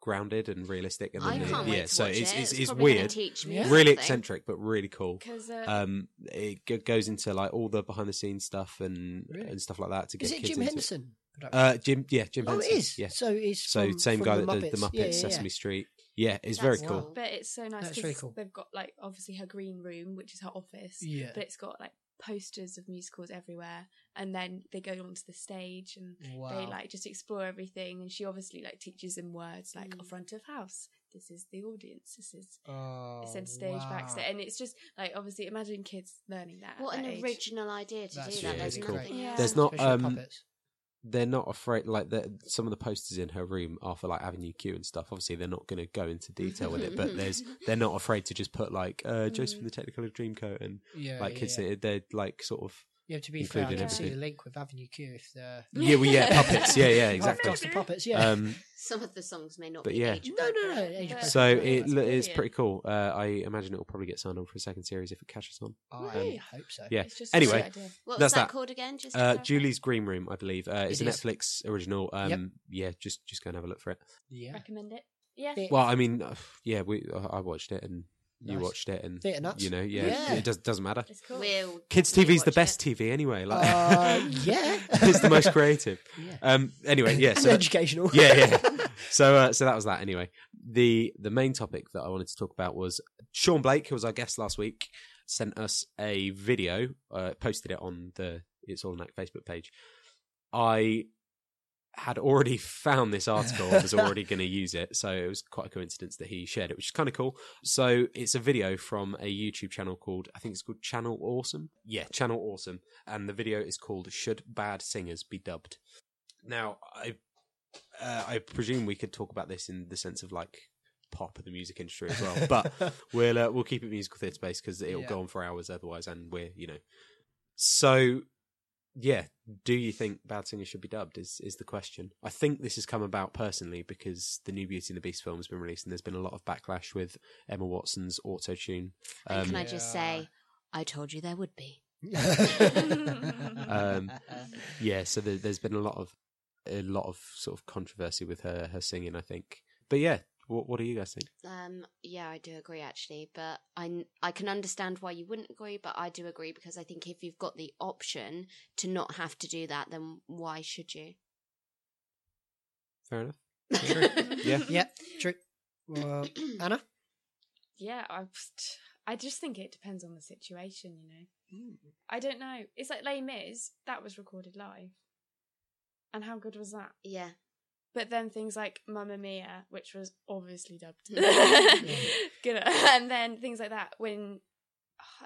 Speaker 2: grounded and realistic. And
Speaker 6: I
Speaker 2: then they-
Speaker 6: can't wait
Speaker 2: yeah,
Speaker 6: to
Speaker 2: so
Speaker 6: watch
Speaker 2: it's
Speaker 6: it.
Speaker 2: it's,
Speaker 6: It's
Speaker 2: it's
Speaker 6: probably gonna
Speaker 2: weird,
Speaker 6: Teach me
Speaker 3: Yeah.
Speaker 2: really
Speaker 6: something.
Speaker 2: eccentric, but really cool.
Speaker 7: Because uh,
Speaker 2: Um, it go- goes into like all the behind the scenes stuff and
Speaker 3: Really?
Speaker 2: and stuff like that to get
Speaker 3: Is it
Speaker 2: kids
Speaker 3: Jim
Speaker 2: into
Speaker 3: Henson?
Speaker 2: It. Uh, Jim, yeah, Jim.
Speaker 3: oh, it
Speaker 2: Henson,
Speaker 3: is.
Speaker 2: Yeah,
Speaker 3: So it's
Speaker 2: So
Speaker 3: from-
Speaker 2: same
Speaker 3: from
Speaker 2: guy
Speaker 3: the
Speaker 2: that
Speaker 3: Muppets.
Speaker 2: did the Muppets,
Speaker 3: Yeah, yeah, yeah.
Speaker 2: Sesame Street. Yeah, it's
Speaker 6: That's
Speaker 2: very cool.
Speaker 6: cool.
Speaker 7: but it's so nice.
Speaker 3: That's very
Speaker 7: 'cause
Speaker 3: cool.
Speaker 7: They've got like obviously her green room, which is her office.
Speaker 3: Yeah.
Speaker 7: But it's got like posters of musicals everywhere, and then they go onto the stage and
Speaker 3: Wow.
Speaker 7: they like just explore everything. And she obviously like teaches them words like "a front of house. This is the audience. This is
Speaker 3: oh,
Speaker 7: it's in stage
Speaker 3: wow.
Speaker 7: backstage, and it's just like obviously imagine kids learning that. at
Speaker 6: What an
Speaker 7: that age.
Speaker 6: original idea to
Speaker 3: That's
Speaker 6: do that.
Speaker 2: really
Speaker 6: There's
Speaker 2: cool.
Speaker 6: nothing.
Speaker 7: Yeah.
Speaker 6: else.
Speaker 2: There's not,
Speaker 3: Especially
Speaker 2: um,
Speaker 3: puppets.
Speaker 2: They're not afraid. Like the- some of the posters in her room are for like Avenue Q and stuff. Obviously, they're not going to go into detail with it, but there's they're not afraid to just put like uh, Joseph from the Technicolor Dreamcoat and
Speaker 3: Yeah,
Speaker 2: like
Speaker 3: yeah,
Speaker 2: kids.
Speaker 3: yeah.
Speaker 2: They're, they're like sort of
Speaker 3: Yeah, to be fair, I
Speaker 2: included
Speaker 3: can see the
Speaker 2: everything.
Speaker 3: link with Avenue Q if they're
Speaker 2: yeah, well, yeah, puppets. Yeah, yeah, exactly.
Speaker 3: across the puppets. Yeah.
Speaker 2: Um,
Speaker 6: Some of the songs may not
Speaker 2: But
Speaker 6: be
Speaker 2: yeah.
Speaker 6: age
Speaker 3: no, no, no.
Speaker 6: appropriate.
Speaker 3: age
Speaker 7: Yeah.
Speaker 3: appropriate.
Speaker 2: so it
Speaker 7: That's
Speaker 2: lo- it's
Speaker 7: brilliant.
Speaker 2: pretty cool. Uh, I imagine it will probably get signed on for a second series if it catches on.
Speaker 3: Oh, I hope so.
Speaker 2: Yeah.
Speaker 7: It's just
Speaker 2: Anyway,
Speaker 7: such a good idea.
Speaker 6: What was
Speaker 2: That's
Speaker 6: that,
Speaker 2: that.
Speaker 6: called again? Just to
Speaker 2: Uh,
Speaker 6: clarify.
Speaker 2: Julie's Green Room, I believe, uh, is
Speaker 3: It
Speaker 2: a
Speaker 3: is.
Speaker 2: Netflix original. Um,
Speaker 3: Yep.
Speaker 2: Yeah, just just go and have a look for it.
Speaker 3: Yeah.
Speaker 7: recommend it. Yeah.
Speaker 3: Bit-
Speaker 2: Well, I mean, uh, yeah, we I I watched it and you
Speaker 3: Nice.
Speaker 2: watched it and
Speaker 3: Theatre nuts.
Speaker 2: um, you know, yeah,
Speaker 3: Yeah.
Speaker 2: it does, doesn't matter.
Speaker 7: It's cool.
Speaker 6: We'll
Speaker 2: Kids TV
Speaker 6: definitely
Speaker 2: is the
Speaker 6: watch
Speaker 2: best
Speaker 6: it.
Speaker 2: TV anyway. Like,
Speaker 3: Uh, yeah.
Speaker 2: it's the most creative.
Speaker 3: Yeah.
Speaker 2: Um, anyway, yeah,
Speaker 3: And
Speaker 2: so
Speaker 3: educational.
Speaker 2: yeah, yeah. So, uh, so that was that. Anyway, the the main topic that I wanted to talk about was Sean Blake, who was our guest last week, sent us a video, uh, posted it on the It's All Knack Facebook page. I had already found this article and was already going to use it, so it was quite a coincidence that he shared it, which is kind of cool. So it's a video from a YouTube channel called I think it's called Channel Awesome. Yeah, Channel Awesome, and the video is called "Should Bad Singers Be Dubbed." Now, I uh, I presume we could talk about this in the sense of like pop of the music industry as well, but we'll uh, we'll keep it musical theatre based because it'll
Speaker 3: Yeah.
Speaker 2: go on for hours otherwise, and we're you know. So, yeah, do you think Bad Singer should be dubbed? Is is the question? I think this has come about personally because the new Beauty and the Beast film has been released, and there's been a lot of backlash with Emma Watson's auto tune.
Speaker 6: And
Speaker 2: Um,
Speaker 6: can I just
Speaker 3: Yeah.
Speaker 6: say, I told you there would be.
Speaker 2: Um, yeah, so there, there's been a lot of a lot of sort of controversy with her her singing. I think, but yeah, what what do you guys think?
Speaker 6: Um, yeah, I do agree actually, but I I can understand why you wouldn't agree, but I do agree because I think if you've got the option to not have to do that, then why should you?
Speaker 2: Fair enough.
Speaker 6: yeah.
Speaker 3: yeah. Um, True. Well, Anna.
Speaker 7: yeah, I, just- I just think it depends on the situation, you know.
Speaker 3: Hmm.
Speaker 7: I don't know. It's like Les Mis, that was recorded live. And how good was that?
Speaker 6: Yeah.
Speaker 7: But then things like Mamma Mia, which was obviously dubbed. Good. And then things like that when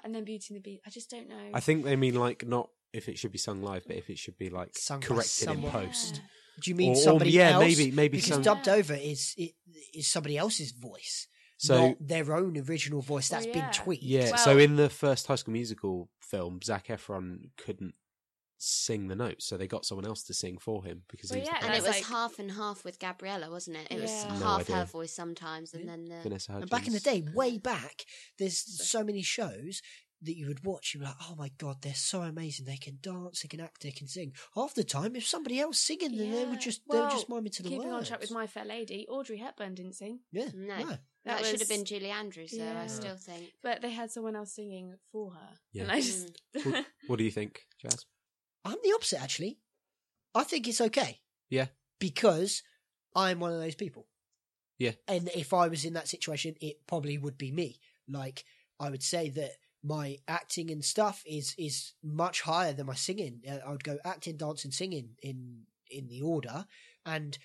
Speaker 7: and then Beauty and the Beast. I just don't know.
Speaker 2: I think they mean like not if it should be sung live, but if it should be like
Speaker 3: Sung by
Speaker 2: corrected in
Speaker 3: someone.
Speaker 2: post.
Speaker 3: Do you mean
Speaker 2: Or- or-
Speaker 3: somebody
Speaker 2: yeah,
Speaker 3: else?
Speaker 2: maybe- maybe
Speaker 3: because
Speaker 2: some-
Speaker 3: dubbed over is it is somebody else's voice,
Speaker 2: So
Speaker 3: not their own original voice that's
Speaker 7: Well,
Speaker 3: been
Speaker 7: Oh, yeah.
Speaker 3: tweaked.
Speaker 2: yeah,
Speaker 7: Well-
Speaker 2: so in the first High School Musical film, Zach Efron couldn't sing the notes, so they got someone else to sing for him because
Speaker 7: Well,
Speaker 2: he was
Speaker 7: yeah,
Speaker 2: the
Speaker 6: And it was
Speaker 7: That's like-
Speaker 6: half and half with Gabriella, wasn't it? It was
Speaker 7: Yeah.
Speaker 2: No
Speaker 6: half her
Speaker 2: idea.
Speaker 6: voice sometimes,
Speaker 7: Hmm?
Speaker 6: and then the
Speaker 2: Vanessa Hudgens.
Speaker 3: And back in the day, way back, there's so many shows that you would watch. You're like, oh my god, they're so amazing. They can dance, they can act, they can sing. Half the time, if somebody else singing, then they
Speaker 7: Yeah.
Speaker 3: would just they
Speaker 7: Well,
Speaker 3: would just mime into the
Speaker 7: Keeping on
Speaker 3: words.
Speaker 7: track with My Fair Lady, Audrey Hepburn didn't sing,
Speaker 3: yeah,
Speaker 6: No.
Speaker 3: no.
Speaker 6: that,
Speaker 7: That
Speaker 6: should have
Speaker 7: was-
Speaker 6: been Julie Andrews. Though I
Speaker 7: Yeah.
Speaker 6: still think
Speaker 7: but they had someone else singing for her.
Speaker 2: Yeah.
Speaker 7: And I just
Speaker 3: Hmm.
Speaker 2: what, what do you think, Jazz?
Speaker 3: I'm the opposite actually. I think it's okay.
Speaker 2: Yeah.
Speaker 3: Because I'm one of those people.
Speaker 2: Yeah.
Speaker 3: And if I was in that situation, it probably would be me. Like I would say that my acting and stuff is is much higher than my singing. Uh, I would go acting, dancing, singing in in the order, and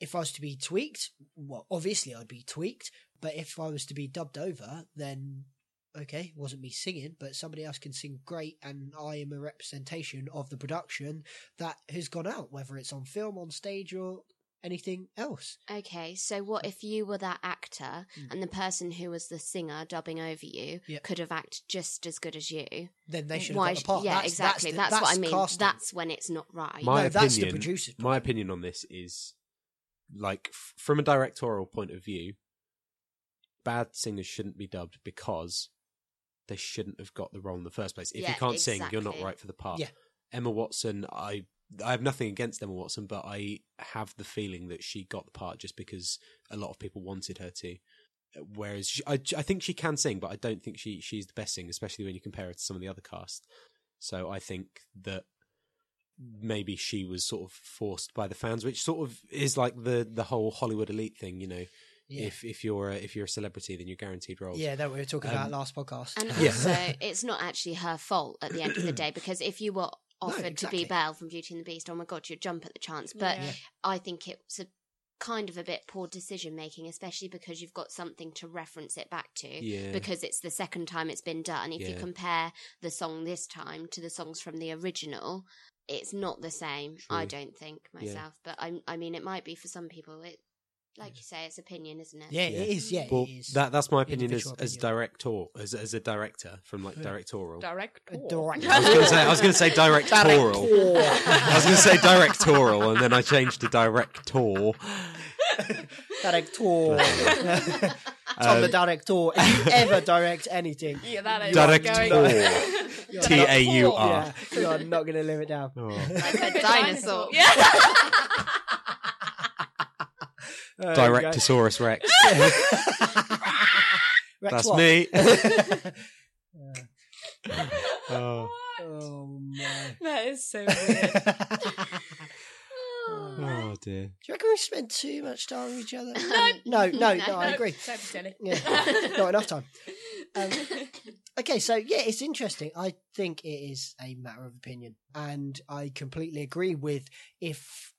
Speaker 3: if I was to be tweaked, well, obviously I'd be tweaked. But if I was to be dubbed over, then okay, it wasn't me singing, but somebody else can sing great, and I am a representation of the production that has gone out, whether it's on film, on stage, or anything else.
Speaker 6: Okay, so what if you were that actor
Speaker 2: Hmm.
Speaker 6: and the person who was the singer dubbing over you
Speaker 3: Yeah.
Speaker 6: could have acted just as good as you?
Speaker 3: Then they should have
Speaker 6: Why?
Speaker 3: got
Speaker 6: sh-
Speaker 3: the part.
Speaker 6: Yeah,
Speaker 3: That's-
Speaker 6: exactly.
Speaker 3: the-
Speaker 6: That's, what I mean.
Speaker 3: casting.
Speaker 6: That's when it's not right.
Speaker 3: My-
Speaker 6: My,
Speaker 3: No, that's the producer's
Speaker 2: my
Speaker 3: problem.
Speaker 2: opinion on this is like f- from a directorial point of view, bad singers shouldn't be dubbed because they shouldn't have got the role in the first place. If
Speaker 6: Yeah,
Speaker 2: you can't sing, you're not
Speaker 6: exactly.
Speaker 2: right for the part.
Speaker 3: Yeah.
Speaker 2: Emma Watson, I I have nothing against Emma Watson, but I have the feeling that she got the part just because a lot of people wanted her to. Whereas she, I, I think she can sing, but I don't think she she's the best singer, especially when you compare her to some of the other cast. So I think that maybe she was sort of forced by the fans, which sort of is like the the whole Hollywood elite thing. You know,
Speaker 3: Yeah,
Speaker 2: if if you're a, if you're a celebrity, then you're guaranteed roles.
Speaker 3: yeah that we were talking
Speaker 2: Um,
Speaker 3: about last podcast.
Speaker 6: and
Speaker 2: Yeah.
Speaker 6: also, it's not actually her fault at the end of the day because if you were
Speaker 3: No,
Speaker 6: offered
Speaker 3: exactly.
Speaker 6: to be Belle from Beauty and the Beast, oh my god, you'd jump at the chance. But
Speaker 7: Yeah.
Speaker 6: I think it's a kind of a bit poor decision making, especially because you've got something to reference it back to.
Speaker 2: yeah.
Speaker 6: because it's the second time it's been done. If you
Speaker 2: Yeah.
Speaker 6: compare the song this time to the songs from the original, it's not the same. I
Speaker 2: True.
Speaker 6: don't think myself, but I, I mean, it might be for some people. It, like you say, it's opinion, isn't it?
Speaker 3: yeah, it
Speaker 2: Yeah.
Speaker 3: is. Yeah,
Speaker 2: well,
Speaker 3: it is.
Speaker 2: that that's my opinion as,
Speaker 3: Individual
Speaker 2: as
Speaker 3: opinion.
Speaker 2: director as as a director from like
Speaker 3: Yeah.
Speaker 2: directorial.
Speaker 3: Uh,
Speaker 7: Director.
Speaker 3: Director.
Speaker 2: I was gonna say I was gonna say directorial. I was gonna say directorial, and then I changed to director.
Speaker 3: director. Tom, the
Speaker 2: Um,
Speaker 3: director. If you ever direct anything,
Speaker 7: Yeah, that is
Speaker 2: Director.
Speaker 7: going-
Speaker 3: you
Speaker 2: T A U
Speaker 3: yeah,
Speaker 2: R.
Speaker 3: you are not going to live it down.
Speaker 2: Oh.
Speaker 6: Like a
Speaker 7: Like a
Speaker 6: dinosaur.
Speaker 7: dinosaur.
Speaker 3: There
Speaker 7: Yeah.
Speaker 3: you go.
Speaker 2: Directosaurus Rex.
Speaker 3: Rex
Speaker 2: That's
Speaker 3: what?
Speaker 2: me.
Speaker 3: Yeah.
Speaker 2: Oh.
Speaker 3: oh my.
Speaker 7: that is so
Speaker 3: Do you
Speaker 7: weird.
Speaker 2: oh dear.
Speaker 3: reckon we spend too much time with each other?
Speaker 6: No.
Speaker 3: no, no, no,
Speaker 6: No.
Speaker 3: I agree.
Speaker 7: Don't be silly.
Speaker 3: Yeah, not enough time. Um, okay, so yeah, it's interesting. I think it is a matter of opinion, and I completely agree with if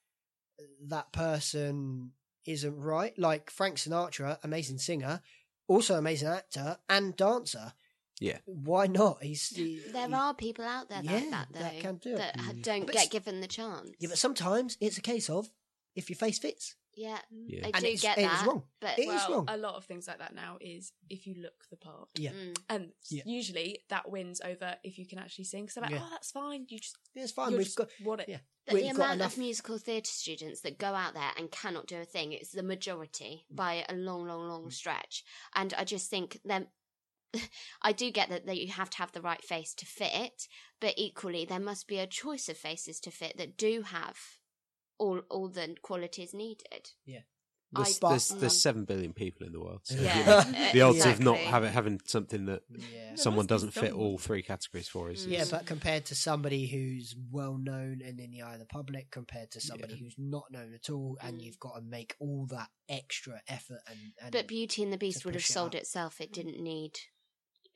Speaker 3: that person isn't right. Like Frank Sinatra, amazing singer, also amazing actor and dancer.
Speaker 2: Yeah.
Speaker 3: why not? He's he-
Speaker 6: There
Speaker 3: he-
Speaker 6: are people out there like
Speaker 3: Yeah,
Speaker 6: that though
Speaker 3: that can do it.
Speaker 6: that ha-
Speaker 2: Mm.
Speaker 6: don't
Speaker 3: But
Speaker 6: get
Speaker 3: it's-
Speaker 6: given the chance.
Speaker 3: Yeah, but sometimes it's a case of if your face fits,
Speaker 6: Yeah,
Speaker 2: Yeah.
Speaker 6: I
Speaker 3: and
Speaker 6: do
Speaker 3: it's,
Speaker 6: get
Speaker 3: it
Speaker 6: that.
Speaker 3: is wrong.
Speaker 6: But
Speaker 3: It is
Speaker 7: well,
Speaker 3: wrong.
Speaker 7: a lot of things like that now is if you look the part.
Speaker 3: Yeah.
Speaker 6: mm,
Speaker 7: And
Speaker 3: Yeah.
Speaker 7: usually that wins over if you can actually sing. So like,
Speaker 3: Yeah.
Speaker 7: oh, that's fine. You just,
Speaker 3: It's fine.
Speaker 7: you
Speaker 3: We've
Speaker 7: just
Speaker 3: got
Speaker 7: want it.
Speaker 3: yeah.
Speaker 6: But
Speaker 3: We've
Speaker 6: the
Speaker 3: got
Speaker 6: amount
Speaker 3: enough-
Speaker 6: of musical theatre students that go out there and cannot do a thing is the majority by a long, long,
Speaker 3: Mm.
Speaker 6: long stretch. And I just think them. I do get that, that you have to have the right face to fit, but equally there must be a choice of faces to fit that do have all all the qualities needed. I-
Speaker 2: There's,
Speaker 3: But- mm.
Speaker 2: there's, there's seven billion people in the world. So you know,
Speaker 6: Yeah, e-,
Speaker 2: the odds of not
Speaker 6: exactly.
Speaker 2: having having something that
Speaker 3: Yeah.
Speaker 2: someone
Speaker 7: must be
Speaker 2: doesn't fit
Speaker 7: someone.
Speaker 2: all three categories for is
Speaker 3: Yeah,
Speaker 2: is-
Speaker 3: but compared to somebody who's well known and in the eye of the public, compared to somebody who's not known at all, and
Speaker 6: Mm.
Speaker 3: you've got to make all that extra effort and, and
Speaker 6: But Beauty and the Beast would have
Speaker 3: push it
Speaker 6: sold
Speaker 3: up.
Speaker 6: itself. It didn't need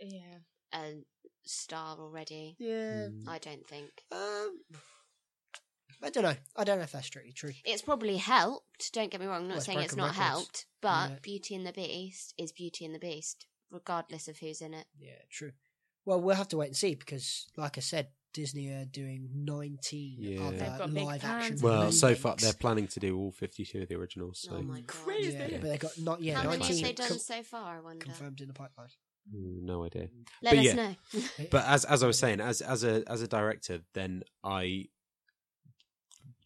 Speaker 7: Yeah.
Speaker 6: a star already.
Speaker 3: yeah,
Speaker 2: Mm.
Speaker 6: I don't think
Speaker 3: Mm. um, I don't know. I don't know if that's strictly true.
Speaker 6: it's probably helped. Don't get me wrong. I'm
Speaker 3: Well,
Speaker 6: not
Speaker 3: it's
Speaker 6: saying it's
Speaker 3: broken
Speaker 6: not
Speaker 3: records.
Speaker 6: helped, but
Speaker 3: Yeah.
Speaker 6: Beauty and the Beast is Beauty and the Beast, regardless of who's in it.
Speaker 3: Yeah, true. Well, we'll have to wait and see because, like I said, Disney are doing nineteen
Speaker 2: Yeah. They've
Speaker 3: other
Speaker 7: got big
Speaker 3: live action.
Speaker 7: plans.
Speaker 2: Well, so
Speaker 3: remakes.
Speaker 2: far they're planning to do all 52 of the originals. So
Speaker 6: oh my god!
Speaker 7: Crazy.
Speaker 3: yeah, but they got not yeah
Speaker 6: How many have
Speaker 3: nineteen
Speaker 6: they done
Speaker 3: con-
Speaker 6: so far? I wonder.
Speaker 3: confirmed in the pipeline.
Speaker 2: Mm, no idea.
Speaker 6: Let
Speaker 2: But
Speaker 6: us
Speaker 2: yeah.
Speaker 6: know.
Speaker 2: But as as I was saying, as as a as a director, then I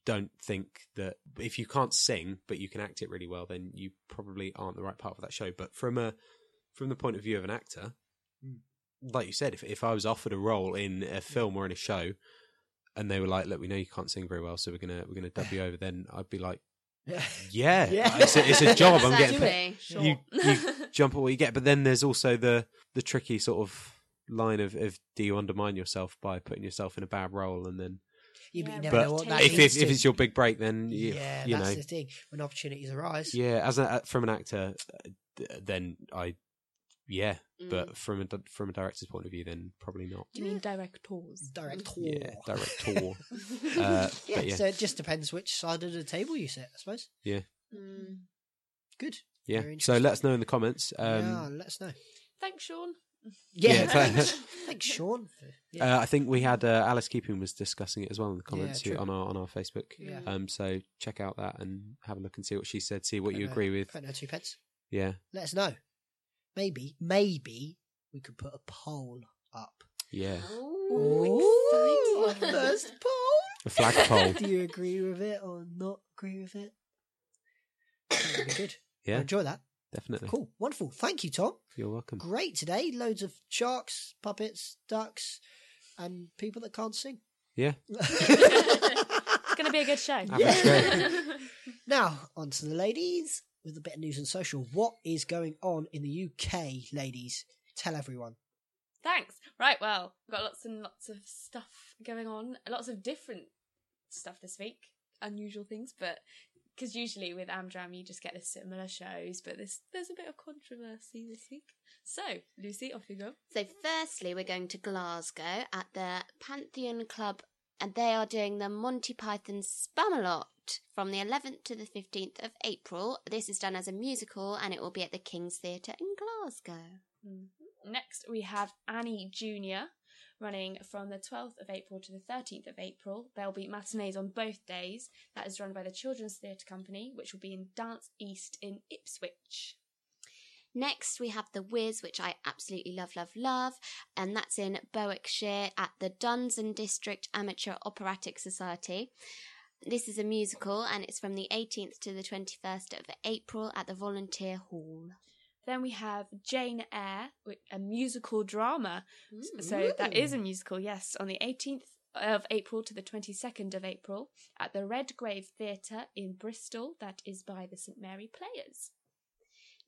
Speaker 2: don't think that if you can't sing but you can act it really well, then you probably aren't the right part for that show. But from a from the point of view of an actor,
Speaker 6: Hmm.
Speaker 3: Mm.
Speaker 2: like you said, if if I was offered a role in a film or in a show, and they were like, "Look, we know you can't sing very well, so we're gonna we're gonna dub you over," then I'd be like,
Speaker 3: Yeah.
Speaker 2: "Yeah, it's a, it's a job. I'm getting paid."
Speaker 6: Exactly.
Speaker 7: Sure.
Speaker 2: You- you- jump at what you get. But then there's also the the tricky sort of line of, of do you undermine yourself by putting yourself in a bad role and then
Speaker 3: Yeah, but you
Speaker 7: Yeah,
Speaker 3: never
Speaker 2: but
Speaker 3: know what
Speaker 7: if-
Speaker 3: that
Speaker 2: if
Speaker 3: leads
Speaker 2: if, if
Speaker 3: to.
Speaker 2: it's your big break then you,
Speaker 3: yeah,
Speaker 2: you
Speaker 3: that's
Speaker 2: know
Speaker 3: the thing. When opportunities arise,
Speaker 2: yeah as a, from an actor uh, then I yeah,
Speaker 6: Mm.
Speaker 2: but from a di- from a director's point of view, then probably not.
Speaker 7: Do you mean Mm. directors?
Speaker 3: Director.
Speaker 2: Yeah, director. uh,
Speaker 3: yeah,
Speaker 2: but yeah,
Speaker 3: so it just depends which side of the table you sit, I suppose.
Speaker 6: Mm.
Speaker 3: Good.
Speaker 2: yeah.
Speaker 3: very
Speaker 2: So let us know in the comments. Um,
Speaker 3: yeah, let us know.
Speaker 7: Thanks, Sean.
Speaker 3: Yeah,
Speaker 2: yeah,
Speaker 3: thanks.
Speaker 2: thanks.
Speaker 3: thanks, Sean. For, yeah,
Speaker 2: Uh, I think we had uh, Alice Keeping was discussing it as well in the comments
Speaker 3: true.
Speaker 2: on our on our Facebook.
Speaker 3: yeah.
Speaker 2: Um, so check out that and have a look and see what she said. See what
Speaker 3: Don't
Speaker 2: you
Speaker 3: know.
Speaker 2: agree with.
Speaker 3: Don't know two pence.
Speaker 2: Yeah,
Speaker 3: Let us know. Maybe, maybe we could put a poll up.
Speaker 2: yeah.
Speaker 6: Mm. Ooh, exciting.
Speaker 3: first poll.
Speaker 2: A flagpole.
Speaker 3: Do you agree with it or not agree with it? That'd be good. I
Speaker 2: Yeah,
Speaker 3: enjoy that.
Speaker 2: definitely.
Speaker 3: Cool. Wonderful. Thank you, Tom.
Speaker 2: You're welcome.
Speaker 3: Great today. Loads of sharks, puppets, ducks, and people that can't sing.
Speaker 2: Yeah.
Speaker 7: It's going to be a good show.
Speaker 2: Have a Yeah.
Speaker 3: now, on to the ladies with a bit of news and social. What is going on in the UK, ladies? Tell everyone.
Speaker 7: Thanks. Right, well, we've got lots and lots of stuff going on, lots of different stuff this week, unusual things, but because usually with Amdram you just get the similar shows, but this there's a bit of controversy this week. So, Lucy, off you go.
Speaker 6: So, firstly, we're going to Glasgow at the Pantheon Club, and they are doing the Monty Python Spamalot from the 11th to the 15th of April. This is done as a musical, and it will be at the King's Theatre in Glasgow.
Speaker 7: Mm-hmm. Next, we have Annie Junior running from the 12th of April to the 13th of April. There'll be matinees on both days. That is run by the Children's Theatre Company, which will be in Dance East in Ipswich.
Speaker 6: Next, we have The Wiz, which I absolutely love, love, love, and that's in Berwickshire at the Dunsand District Amateur Operatic Society. This is a musical, and it's from the 18th to the 21st of April at the Volunteer Hall.
Speaker 7: Then we have Jane Eyre, wi- a musical drama. So that is a musical, yes, on the 18th of April to the 22nd of April at the Redgrave Theatre in Bristol. That is by the St Mary Players.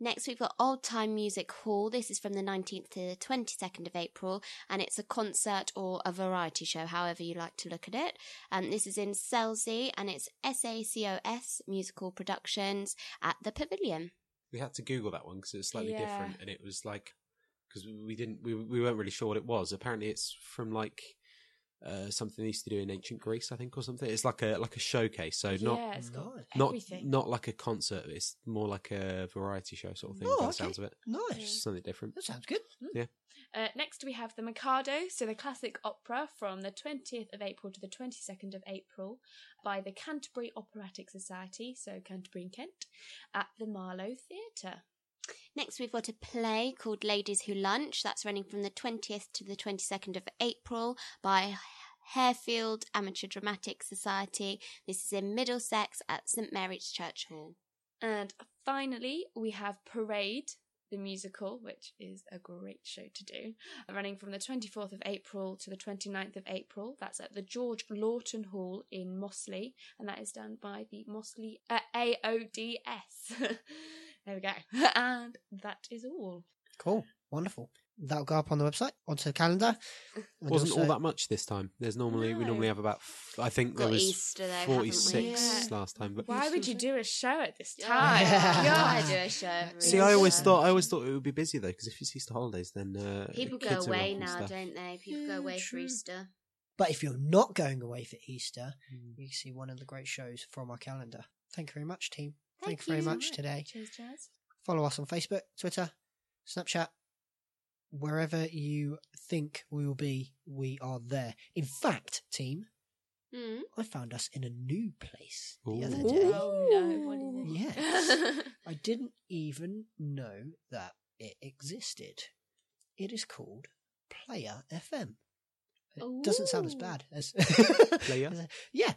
Speaker 6: Next, we've got Old Time Music Hall. This is from the 19th to the 22nd of April, and it's a concert or a variety show, however you like to look at it. Um, this is in Selsey, and it's SACOS Musical Productions at the Pavilion.
Speaker 2: We had to Google that one because it was slightly
Speaker 7: Yeah.
Speaker 2: different, and it was like because we didn't we we weren't really sure what it was. Apparently, it's from like uh, something they used to do in ancient Greece, I think, or something. It's like a like a showcase, so not
Speaker 7: yeah, it's got
Speaker 3: Nice.
Speaker 2: not
Speaker 7: everything.
Speaker 2: not like a concert. It's more like a variety show sort of thing.
Speaker 3: Oh,
Speaker 2: by the
Speaker 3: okay.
Speaker 2: sounds of it,
Speaker 3: Nice.
Speaker 2: Just something different.
Speaker 3: That sounds good.
Speaker 7: Uh, next, we have the Mikado, so the classic opera from the 20th of April to the 22nd of April by the Canterbury Operatic Society, so Canterbury in Kent, at the Marlow Theatre.
Speaker 6: Next, we've got a play called Ladies Who Lunch. That's running from the 20th to the 22nd of April by Harefield Amateur Dramatic Society. This is in Middlesex at St Mary's Church Hall.
Speaker 7: And finally, we have Parade, the musical, which is a great show to do, running from the 24th of April to the 29th of April. That's at the George Lawton Hall in Mossley, and that is done by the Mossley uh, AODS. there we go. and that is all.
Speaker 3: Cool. Wonderful. That'll go up on the website, onto the calendar. And
Speaker 2: Wasn't all
Speaker 3: also-
Speaker 2: that much this time. There's normally we
Speaker 7: No.
Speaker 2: normally have about f- I think there
Speaker 6: Got
Speaker 2: was
Speaker 6: Easter though, haven't we?
Speaker 2: forty six
Speaker 7: Yeah.
Speaker 2: last time, but
Speaker 7: Why would you do a show at this time?
Speaker 3: Yeah.
Speaker 6: Yeah.
Speaker 3: Yeah.
Speaker 6: I do a show. every
Speaker 2: See, I always
Speaker 6: year.
Speaker 2: thought I always thought it would be busy though, because if it's Easter holidays, then uh,
Speaker 6: people go
Speaker 2: kids are
Speaker 6: away
Speaker 2: up and
Speaker 6: now,
Speaker 2: stuff.
Speaker 6: don't they? People go away for Easter.
Speaker 3: But if you're not going away for Easter,
Speaker 2: Hmm.
Speaker 3: you can see one of the great shows from our calendar. Thank you very much, team. Thank, you very much today.
Speaker 7: Cheers, Jazz.
Speaker 3: Follow us on Facebook, Twitter, Snapchat, wherever you think we will be, we are there. In fact, team,
Speaker 6: Mm.
Speaker 3: I found us in a new place the
Speaker 2: Ooh.
Speaker 3: other
Speaker 2: Ooh.
Speaker 3: day.
Speaker 7: Oh no, what is it?
Speaker 3: Yes. I didn't even know that it existed. It is called Player FM. It doesn't sound as
Speaker 6: Ooh.
Speaker 3: bad as
Speaker 2: Player?
Speaker 3: yeah,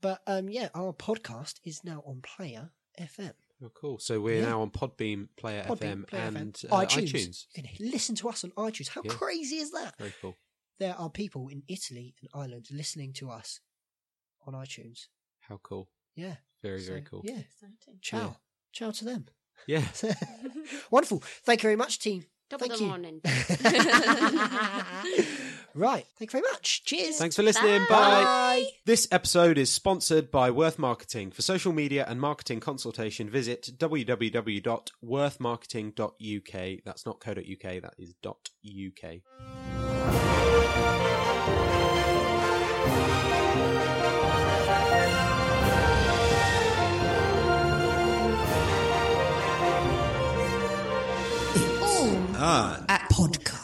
Speaker 3: but um, yeah, our podcast is now on Player FM.
Speaker 2: Oh, cool. So we're
Speaker 3: Yeah.
Speaker 2: now on Podbeam, Player FM,
Speaker 3: Podbean, Player
Speaker 2: and
Speaker 3: FM,
Speaker 2: Uh, iTunes.
Speaker 3: You can listen to us on iTunes. How
Speaker 2: Yeah.
Speaker 3: crazy is that?
Speaker 2: Very cool.
Speaker 3: There are people in Italy and Ireland listening to us on iTunes.
Speaker 2: How cool.
Speaker 3: Yeah,
Speaker 2: Very very
Speaker 3: so,
Speaker 2: cool.
Speaker 3: Yeah,
Speaker 7: Exciting.
Speaker 3: ciao, ciao to them.
Speaker 2: yeah.
Speaker 3: Wonderful. Thank you very much, team.
Speaker 6: Double
Speaker 3: Thank
Speaker 6: the
Speaker 3: you.
Speaker 6: morning.
Speaker 3: right. Thank you very much. Cheers.
Speaker 2: Thanks for listening.
Speaker 6: Bye.
Speaker 2: Bye. This episode is sponsored by Worth Marketing. For social media and marketing consultation, visit www.worthmarketing.uk. That's not co.uk, that is .uk.
Speaker 8: It's on at podcast.